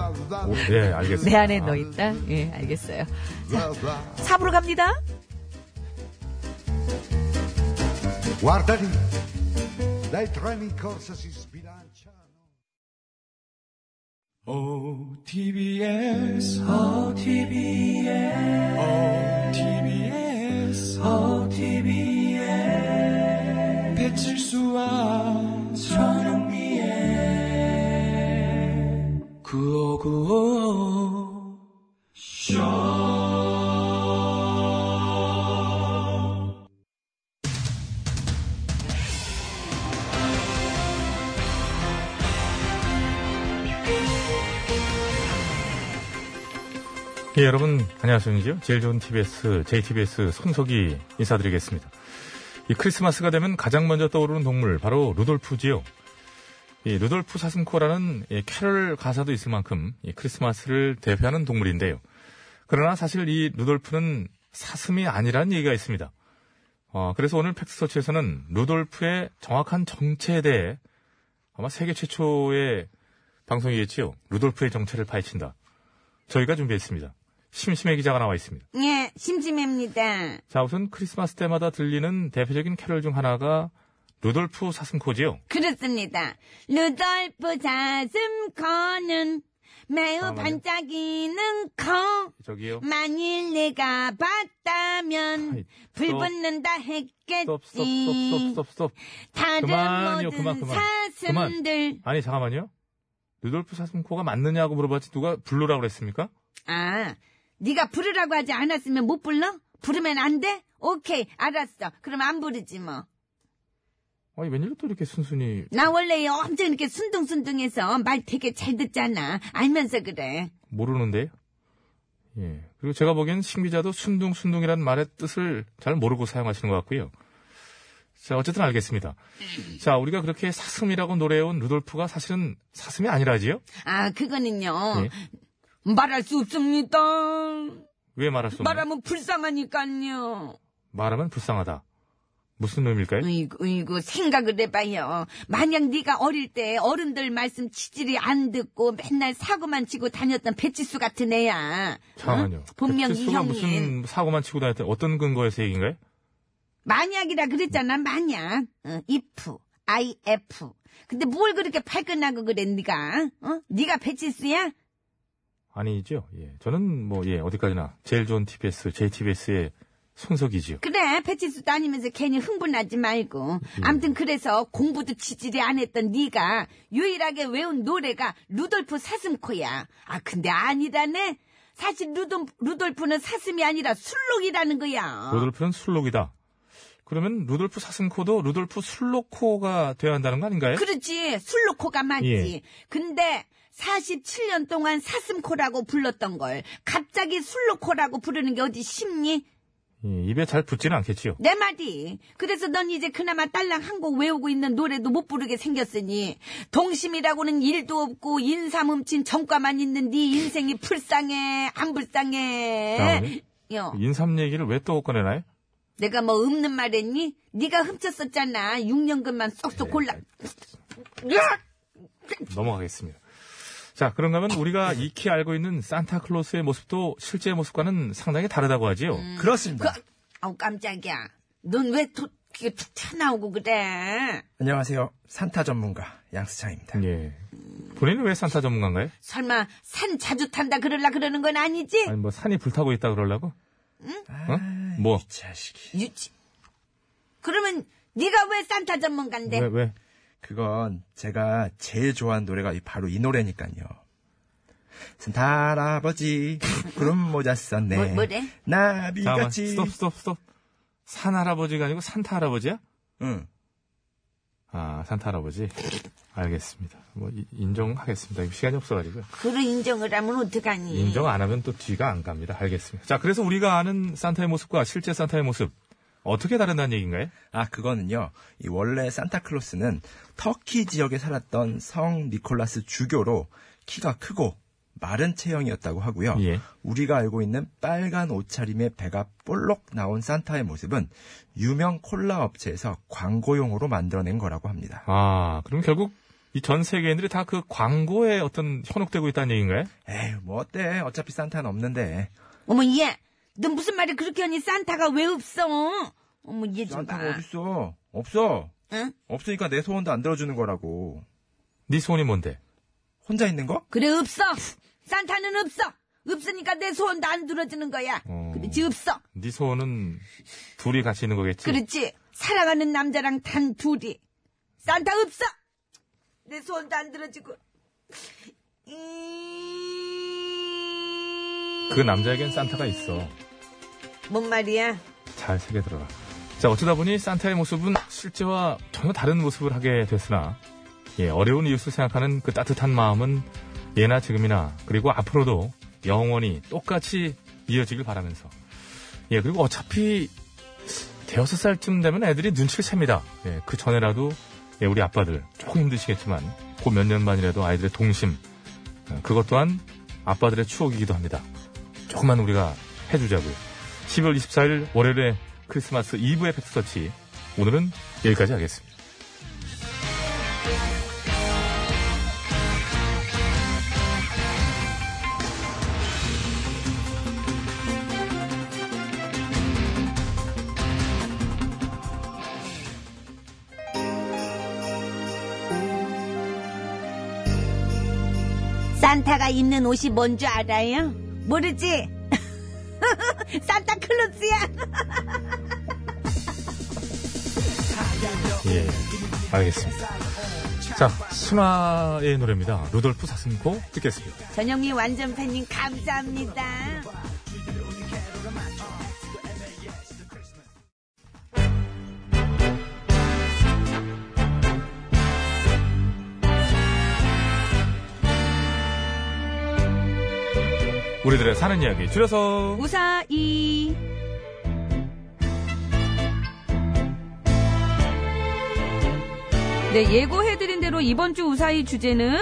Speaker 3: 오, 네, 알겠습니다. 네.
Speaker 2: 내 안에 너 있다? 예, 알겠어요. 자, 4부로 갑니다.
Speaker 11: Guarda lì, dai treni in corsa si sbilanciano.
Speaker 6: OTBS, OTBS, OTBS, OTBS. 배칠수와 전영미의 구호구호.
Speaker 3: 예, 여러분, 안녕하십니까. 제일 좋은 TBS, JTBS 손석희 인사드리겠습니다. 이 크리스마스가 되면 가장 먼저 떠오르는 동물, 바로 루돌프지요. 이 루돌프 사슴코라는 이 캐럴 가사도 있을 만큼 이 크리스마스를 대표하는 동물인데요. 그러나 사실 이 루돌프는 사슴이 아니라는 얘기가 있습니다. 어, 그래서 오늘 팩스서치에서는 루돌프의 정확한 정체에 대해 아마 세계 최초의 방송이겠지요. 루돌프의 정체를 파헤친다. 저희가 준비했습니다. 심심해 기자가 나와 있습니다.
Speaker 5: 예, 심심합니다.
Speaker 3: 자, 우선 크리스마스 때마다 들리는 대표적인 캐롤 중 하나가 루돌프 사슴코지요.
Speaker 5: 그렇습니다. 루돌프 사슴코는 매우
Speaker 3: 잠깐만요.
Speaker 5: 반짝이는 코.
Speaker 3: 저기요.
Speaker 5: 만일 내가
Speaker 3: 아이,
Speaker 5: 봤다면
Speaker 3: 스톱.
Speaker 5: 불붙는다 했겠지.
Speaker 3: 스톱, 스톱, 스톱, 스톱, 스톱, 스톱.
Speaker 5: 다른
Speaker 3: 그만요,
Speaker 5: 모든
Speaker 3: 그만, 그만.
Speaker 5: 사슴들
Speaker 3: 아니, 잠깐만요. 루돌프 사슴코가 맞느냐고 물어봤지 누가 불러라고 그랬습니까?
Speaker 5: 아, 네가 부르라고 하지 않았으면 못 불러? 부르면 안 돼? 오케이, 알았어. 그럼 안 부르지 뭐.
Speaker 3: 아니 웬일로 또 이렇게 순순히
Speaker 5: 나 원래 엄청 이렇게 순둥순둥해서 말 되게 잘 듣잖아. 알면서 그래.
Speaker 3: 모르는데요? 예. 그리고 제가 보기엔 신비자도 순둥순둥이라는 말의 뜻을 잘 모르고 사용하시는 것 같고요. 자, 어쨌든 알겠습니다.
Speaker 5: 네.
Speaker 3: 자, 우리가 그렇게 사슴이라고 노래해온 루돌프가 사실은 사슴이 아니라지요?
Speaker 5: 아, 그거는요.
Speaker 3: 예.
Speaker 5: 말할 수 없습니다.
Speaker 3: 왜 말할 수 없나?
Speaker 5: 말하면 불쌍하니까요.
Speaker 3: 말하면 불쌍하다. 무슨 의미일까요?
Speaker 5: 이거, 이거 생각을 해봐요. 만약 네가 어릴 때 어른들 말씀 치질이 안 듣고 맨날 사고만 치고 다녔던 배치수 같은 애야.
Speaker 3: 잠깐만요.
Speaker 5: 어? 분명 이
Speaker 3: 백지수가
Speaker 5: 형님.
Speaker 3: 무슨 사고만 치고 다녔던 어떤 근거에서 얘기인가요?
Speaker 5: 만약이라 그랬잖아, 만약. 어, if, if. 근데 뭘 그렇게 발끈하고 그래, 네가? 어? 네가 배치수야?
Speaker 3: 아니죠. 예. 저는 뭐, 예, 어디까지나 제일 좋은 TBS, JTBS의 손석이지요.
Speaker 5: 그래, 배치수 다니면서 괜히 흥분하지 말고. 암튼 그래서 공부도 지질이 안 했던 네가 유일하게 외운 노래가 루돌프 사슴코야. 아, 근데 아니라네. 사실 루돌, 루돌프는 사슴이 아니라 술록이라는 거야.
Speaker 3: 루돌프는 술록이다. 그러면 루돌프 사슴코도 루돌프 술록코가 되어야 한다는 거 아닌가요?
Speaker 5: 그렇지. 술로코가 맞지. 근데 47년 동안 사슴코라고 불렀던 걸 갑자기 술로코라고 부르는 게 어디 쉽니?
Speaker 3: 예, 입에 잘 붙지는 않겠지요.
Speaker 5: 내 말이. 그래서 넌 이제 그나마 딸랑 한 곡 외우고 있는 노래도 못 부르게 생겼으니 동심이라고는 일도 없고 인삼 훔친 정과만 있는 네 인생이 불쌍해. 안 불쌍해.
Speaker 3: 다음은?
Speaker 5: 요.
Speaker 3: 인삼 얘기를 왜 또 꺼내나요?
Speaker 5: 내가 뭐 없는 말했니? 네가 훔쳤었잖아. 6년근만 쏙쏙 골라.
Speaker 12: 예,
Speaker 3: 넘어가겠습니다. 자, 그런가 하면 우리가 익히 알고 있는 산타클로스의 모습도 실제 모습과는 상당히 다르다고 하지요.
Speaker 12: 예,
Speaker 5: 음.
Speaker 12: 그렇습니다.
Speaker 5: 아우 깜짝이야. 넌 왜 툭, 이게 툭 튀어나오고 그래?
Speaker 12: 안녕하세요. 산타 전문가 양수창입니다.
Speaker 3: 예. 본인은 왜 산타 전문가인가요?
Speaker 5: 설마 산 자주 탄다 그럴라 그러는 건 아니지?
Speaker 3: 아니, 뭐 산이 불타고 있다 그러려고?
Speaker 12: 아,
Speaker 3: 응? 뭐?
Speaker 12: 이 자식이.
Speaker 5: 유치. 그러면 네가 왜 산타 전문가인데?
Speaker 3: 왜, 왜?
Speaker 12: 그건 제가 제일 좋아하는 노래가 이- 바로 이 노래니까요. 산타 할아버지 구름 모자 썼네.
Speaker 5: 뭐- 뭐래?
Speaker 3: 잠깐만,
Speaker 12: 나비같이.
Speaker 3: 스톱, 스톱, 스톱. 산 할아버지가 아니고 산타 할아버지야?
Speaker 12: 응.
Speaker 3: 아, 산타 할아버지. 알겠습니다. 뭐, 이- 인정하겠습니다. 이거 시간이 없어가지고요.
Speaker 5: 그런 인정을 하면 어떡하니?
Speaker 3: 인정 안 하면 또 뒤가 안 갑니다. 알겠습니다. 자, 그래서 우리가 아는 산타의 모습과 실제 산타의 모습, 어떻게 다른다는 얘기인가요?
Speaker 12: 아 그거는요. 이 원래 산타클로스는 터키 지역에 살았던 성 니콜라스 주교로 키가 크고 마른 체형이었다고 하고요.
Speaker 3: 예.
Speaker 12: 우리가 알고 있는 빨간 옷차림에 배가 볼록 나온 산타의 모습은 유명 콜라 업체에서 광고용으로 만들어낸 거라고 합니다.
Speaker 3: 아, 그럼 결국 이 전 세계인들이 다 그 광고에 어떤 현혹되고 있다는 얘기인가요?
Speaker 12: 에휴, 뭐 어때? 어차피 산타는 없는데.
Speaker 5: 어머 얘, 넌 무슨 말을 그렇게 하니 산타가 왜 없어? 어머 얘 좀 봐.
Speaker 12: 산타가 어딨어? 없어.
Speaker 5: 응?
Speaker 12: 없으니까 내 소원도 안 들어주는 거라고.
Speaker 3: 네 소원이 뭔데?
Speaker 12: 혼자 있는 거?
Speaker 5: 그래 없어. 산타는 없어. 없으니까 내 소원도 안 들어주는 거야.
Speaker 3: 어.
Speaker 5: 그렇지 없어.
Speaker 3: 네 소원은 둘이 같이 있는 거겠지?
Speaker 5: 그렇지. 사랑하는 남자랑 단 둘이. 산타 없어! 내 소원도 안 들어주고. 이...
Speaker 3: 그 남자에겐 산타가 있어.
Speaker 5: 뭔 말이야?
Speaker 3: 잘 새겨 들어라. 자, 어쩌다 보니 산타의 모습은 실제와 전혀 다른 모습을 하게 됐으나, 예, 어려운 이웃을 생각하는 그 따뜻한 마음은 예나 지금이나, 그리고 앞으로도 영원히 똑같이 이어지길 바라면서. 예, 그리고 어차피 대여섯 살쯤 되면 애들이 눈치를 챕니다. 예, 그 전에라도, 예, 우리 아빠들 조금 힘드시겠지만, 그 몇 년만이라도 아이들의 동심, 어, 그것 또한 아빠들의 추억이기도 합니다. 조금만 우리가 해주자고요. 12월 24일 월요일에 크리스마스 2부의 팩트서치. 오늘은 여기까지 하겠습니다.
Speaker 5: 산타가 입는 옷이 뭔 줄 알아요? 모르지? 산타클로스야!
Speaker 3: 예. 알겠습니다. 자, 순화의 노래입니다. 루돌프 사슴코 듣겠습니다.
Speaker 2: 전영미 완전 팬님 감사합니다.
Speaker 3: 우리들의 사는 이야기 줄여서
Speaker 2: 우사이 네, 예고해드린 대로 이번 주 우사이 주제는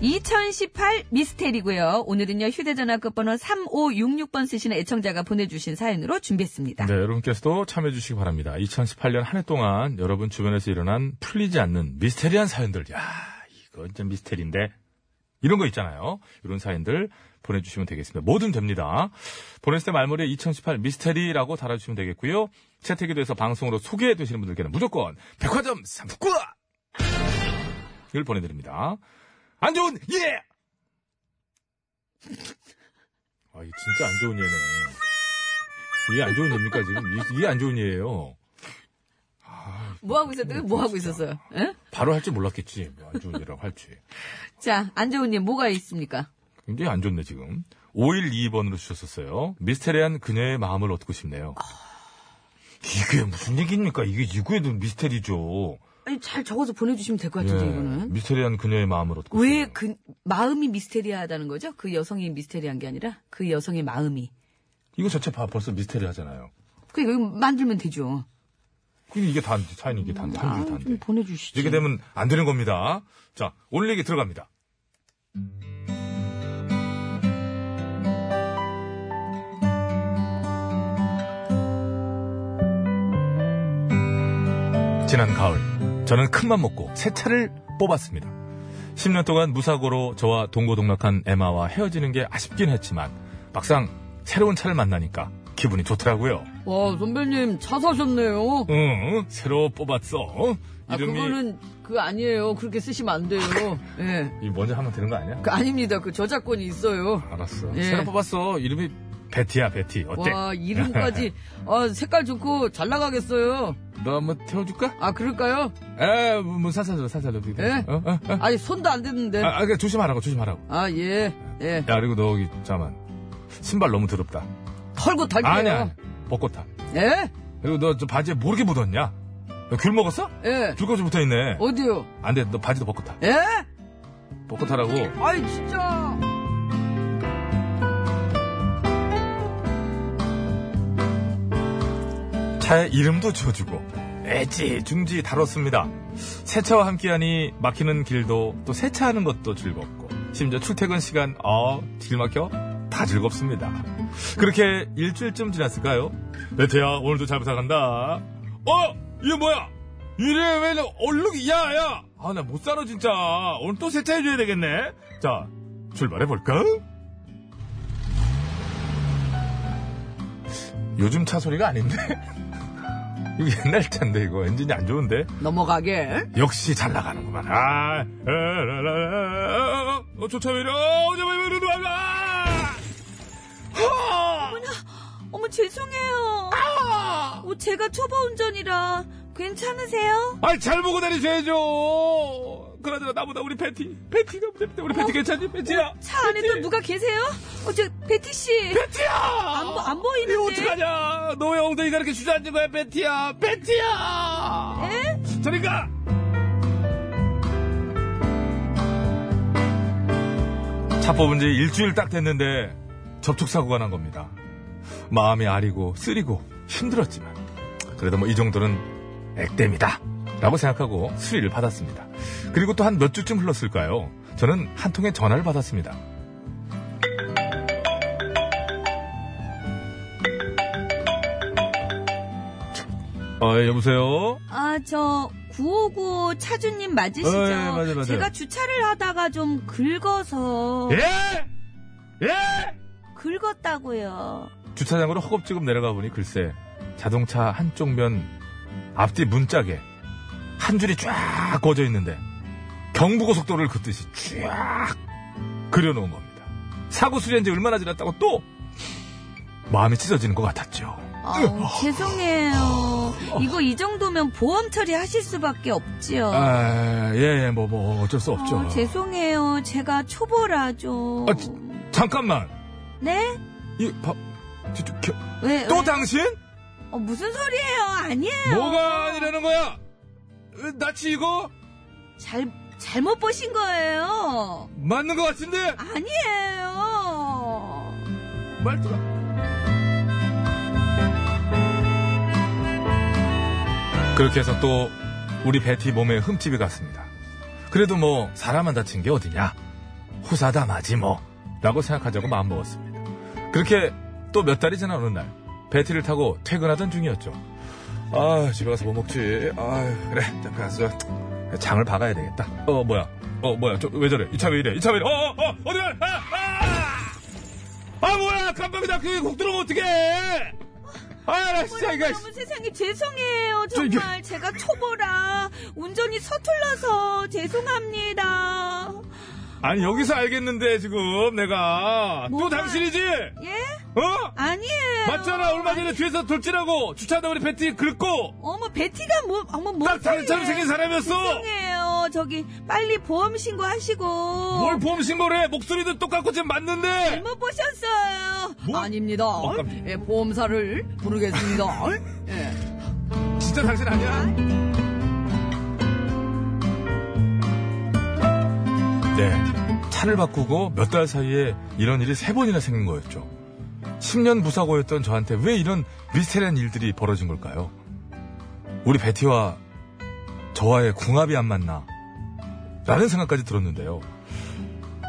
Speaker 2: 2018 미스테리고요. 오늘은요 휴대전화 끝번호 3566번 쓰시는 애청자가 보내주신 사연으로 준비했습니다.
Speaker 3: 네, 여러분께서도 참여해주시기 바랍니다. 2018년 한 해 동안 여러분 주변에서 일어난 풀리지 않는 미스테리한 사연들. 야 이건 좀 미스테리인데. 이런 거 있잖아요. 이런 사연들 보내주시면 되겠습니다. 뭐든 됩니다. 보냈을 때 말머리에 2018 미스테리라고 달아주시면 되겠고요. 채택이 돼서 방송으로 소개되시는 분들께는 무조건 백화점 상품권! 이걸 보내드립니다. 안 좋은 예! 아, 이게 진짜 안 좋은 예네. 이게 안 좋은 예입니까, 지금? 이- 이게 안 좋은 예예요.
Speaker 2: 뭐 하고 있었대요? 뭐 하고 있었어요? 예?
Speaker 3: 바로 할 줄 몰랐겠지. 뭐안 좋은 예라고 할지.
Speaker 2: 자, 안재훈님 뭐가 있습니까?
Speaker 3: 굉장히 안 좋네, 지금. 5122번으로 주셨었어요. 미스테리한 그녀의 마음을 얻고 싶네요. 이게 무슨 얘기입니까? 이게 이구에도 미스테리죠.
Speaker 2: 아니, 잘 적어서 보내주시면 될 것
Speaker 3: 예,
Speaker 2: 같은데 이거는.
Speaker 3: 미스테리한 그녀의 마음을 얻고
Speaker 2: 왜
Speaker 3: 싶네요.
Speaker 2: 그 마음이 미스테리하다는 거죠? 그 여성이 미스테리한 게 아니라 그 여성의 마음이.
Speaker 3: 이거 자체 봐, 벌써 미스테리하잖아요.
Speaker 2: 그 이거 만들면 되죠.
Speaker 3: 근데 이게 단, 사연이 이게 단,
Speaker 2: 아,
Speaker 3: 단
Speaker 2: 좀
Speaker 3: 데
Speaker 2: 보내주시죠.
Speaker 3: 이렇게 되면 안 되는 겁니다. 자, 오늘 얘기 들어갑니다. 지난 가을, 저는 큰맘 먹고 새 차를 뽑았습니다. 10년 동안 무사고로 저와 동고동락한 에마와 헤어지는 게 아쉽긴 했지만, 막상 새로운 차를 만나니까 기분이 좋더라고요.
Speaker 2: 와, 선배님, 차 사셨네요.
Speaker 3: 응, 새로 뽑았어.
Speaker 2: 아, 그거는, 그 아니에요. 그렇게 쓰시면 안 돼요. 예.
Speaker 3: 이 먼저 하면 되는 거 아니야?
Speaker 2: 그 아닙니다. 그 저작권이 있어요.
Speaker 3: 알았어.
Speaker 2: 예.
Speaker 3: 새로 뽑았어. 이름이 베티야, 베티. 어때?
Speaker 2: 와, 이름까지. 아, 색깔 좋고 잘 나가겠어요.
Speaker 3: 너 한번 태워줄까?
Speaker 2: 아, 그럴까요?
Speaker 3: 에, 뭐, 뭐, 살살로, 살살로.
Speaker 2: 예?
Speaker 3: 어, 어, 어.
Speaker 2: 아니, 손도 안 댔는데.
Speaker 3: 아, 아, 그래, 조심하라고, 조심하라고.
Speaker 2: 아, 예. 예.
Speaker 3: 야, 그리고 너, 여기, 잠깐만. 신발 너무 더럽다.
Speaker 2: 털고 달게요.
Speaker 3: 아니야, 아니야. 벗고 타.
Speaker 2: 예?
Speaker 3: 그리고 너 저 바지에 모르게 묻었냐? 너 귤 먹었어?
Speaker 2: 예.
Speaker 3: 귤까지 붙어있네.
Speaker 2: 어디요?
Speaker 3: 안 돼, 너 바지도 벗고 타.
Speaker 2: 예?
Speaker 3: 벗고 타라고.
Speaker 2: 아이, 진짜.
Speaker 3: 차의 이름도 지어주고 애지 중지 다뤘습니다. 세차와 함께하니 막히는 길도 또 세차하는 것도 즐겁고 심지어 출퇴근 시간 어 길막혀 다 즐겁습니다. 그렇게 일주일쯤 지났을까요? 베트야 오늘도 잘 부탁한다. 어 이게 뭐야? 이래 왜 얼룩이 야야 아 나 못 살아 진짜 오늘 또 세차해줘야 되겠네. 자 출발해 볼까? 요즘 차 소리가 아닌데. 이거 옛날 차인데 이거 엔진이 안 좋은데
Speaker 5: 뭐
Speaker 2: 넘어가게.
Speaker 3: 역시 잘 나가는구만 아 에라라라. 어, 조차미려
Speaker 2: 어머, 죄송해요.
Speaker 3: 아!
Speaker 2: 어, 제가 초보 운전이라 괜찮으세요?
Speaker 3: 아이 잘 보고 다니셔야죠 그나저나 나보다 우리 패티 패티가 문제인데 우리 패티 괜찮니 패티야
Speaker 2: 어? 차 안에도 누가 계세요? 어, 저, 베티씨.
Speaker 3: 패티야
Speaker 2: 안, 보, 안 보이는데.
Speaker 3: 이거 어떡하냐 너의 엉덩이가 이렇게 주저앉은 거야 패티야 패티야 저리 가 차 뽑은 지 일주일 딱 됐는데 접촉사고가 난 겁니다. 마음이 아리고 쓰리고 힘들었지만 그래도 뭐 이 정도는 액땜이다 라고 생각하고 수리를 받았습니다. 그리고 또 한 몇 주쯤 흘렀을까요? 저는 한 통의 전화를 받았습니다. 아, 예, 여보세요?
Speaker 2: 아, 저, 959 차주님 맞으시죠?
Speaker 3: 어, 예, 맞아요, 맞아요.
Speaker 2: 제가 주차를 하다가 좀 긁어서.
Speaker 3: 예! 예!
Speaker 2: 긁었다고요.
Speaker 3: 주차장으로 허겁지겁 내려가 보니 글쎄 자동차 한쪽 면 앞뒤 문짝에 한 줄이 쫙 꺼져 있는데 경부고속도로를 긋듯이 쫙 그려놓은 겁니다. 사고 수리한 지 얼마나 지났다고 또 마음이 찢어지는 것 같았죠.
Speaker 2: 아우, 죄송해요. 이거 이 정도면 보험 처리하실 수밖에
Speaker 7: 어.
Speaker 2: 없지요.
Speaker 3: 아, 예, 예, 뭐, 뭐, 어쩔 수 없죠.
Speaker 2: 아, 죄송해요. 제가 초보라죠.
Speaker 3: 아, 지- 잠깐만.
Speaker 2: 네?
Speaker 3: 이, 바, 저, 저, 겨-
Speaker 2: 왜?
Speaker 3: 또
Speaker 2: 왜?
Speaker 3: 당신?
Speaker 2: 어, 무슨 소리예요? 아니에요.
Speaker 3: 뭐가 아니라는 거야? 으, 나치 이거?
Speaker 2: 잘 잘못 보신 거예요.
Speaker 3: 맞는 것 같은데?
Speaker 2: 아니에요.
Speaker 3: 말투가. 그렇게 해서 또 우리 베티 몸에 흠집이 갔습니다. 그래도 뭐 사람만 다친 게 어디냐. 호사다마지 뭐. 라고 생각하자고 마음먹었습니다. 그렇게 또 몇 달이 지난 어느 날 베티를 타고 퇴근하던 중이었죠. 아 집에 가서 뭐 먹지? 아 그래 자, 앞에 가서 장을 박아야 되겠다. 어 뭐야? 어 뭐야? 저, 왜 저래? 이 차 왜 이래? 이 차 왜 이래? 어어어 어, 어디 가? 아, 아! 아 뭐야 깜빡이다 그게 곡 들어오면 어떡해 아, 아나 진짜 이거
Speaker 2: 여러분 세상에 죄송해요.
Speaker 3: 저 이게-
Speaker 2: 정말 제가 초보라 운전이 서툴러서 죄송합니다.
Speaker 3: 아니 여기서 알겠는데 지금 내가 또
Speaker 2: 뭐가-
Speaker 3: 당신이지
Speaker 2: 예?
Speaker 3: 어?
Speaker 2: 아니에요.
Speaker 3: 네. 맞잖아 얼마 전에
Speaker 2: 아니,
Speaker 3: 뒤에서 돌진하고 주차하다 우리 배티 긁고
Speaker 2: 어머 베티가 뭐 어머 뭐
Speaker 3: 딱 다른 차로 생긴 사람이었어
Speaker 2: 죄송해요. 저기 빨리 보험 신고 하시고.
Speaker 3: 뭘 보험 신고를 해 목소리도 똑같고 지금 맞는데
Speaker 2: 잘못 보셨어요.
Speaker 3: 뭐?
Speaker 2: 아닙니다.
Speaker 3: 어, 깜짝이야.
Speaker 2: 예, 보험사를 부르겠습니다. 예.
Speaker 3: 진짜 당신 아니야? 뭐. 네. 차를 바꾸고 몇 달 사이에 이런 일이 세 번이나 생긴 거였죠. 10년 부사고였던 저한테 왜 이런 미스테리한 일들이 벌어진 걸까요? 우리 베티와 저와의 궁합이 안 맞나? 라는 생각까지 들었는데요.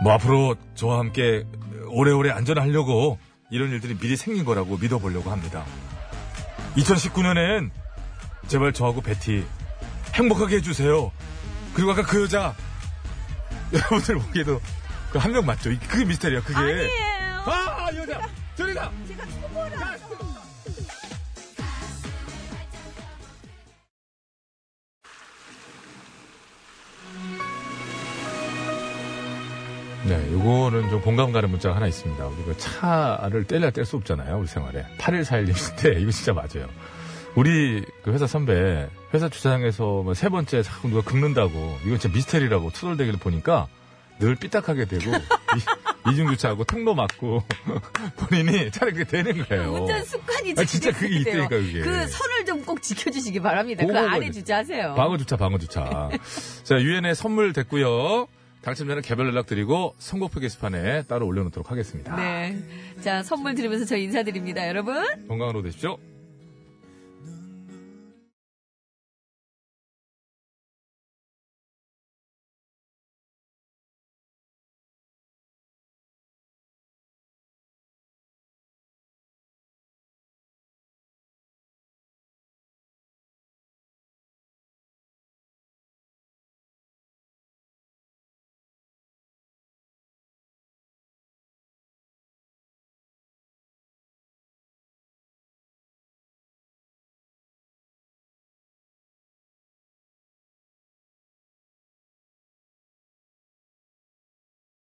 Speaker 3: 뭐 앞으로 저와 함께 오래오래 안전하려고 이런 일들이 미리 생긴 거라고 믿어보려고 합니다. 2019년엔 제발 저하고 베티 행복하게 해주세요. 그리고 아까 그 여자 여러분들 보기에도 그 한 명 맞죠? 이- 그게 미스테리야 그게.
Speaker 2: 아니에요.
Speaker 3: 아, 아, 여자 저리 가. 네, 요거는 좀 공감 가는 문자가 하나 있습니다. 우리 그 차를 떼려야 뗄 수 없잖아요, 우리 생활에. 8141님인데, 이거 진짜 맞아요. 우리 그 회사 선배, 회사 주차장에서 뭐세 번째 자꾸 누가 긁는다고, 이건 진짜 미스테리라고 투덜대기를 보니까 늘 삐딱하게 되고, 이- 이중주차하고 통로 막고, 본인이 차를 그렇게 되는 거예요.
Speaker 2: 운전 습관이
Speaker 3: 아, 진짜 그게
Speaker 2: 돼요.
Speaker 3: 있다니까, 그게.
Speaker 2: 그 선을 좀 꼭 지켜주시기 바랍니다. 그
Speaker 3: 그거
Speaker 2: 안에
Speaker 3: 그거.
Speaker 2: 주차하세요.
Speaker 3: 방어주차, 방어주차. 자, 유엔의 선물 됐고요. 당첨자는 개별 연락드리고, 선곡표 게시판에 따로 올려놓도록 하겠습니다.
Speaker 2: 네. 자, 선물 드리면서 저 인사드립니다, 여러분.
Speaker 3: 건강으로 되십시오.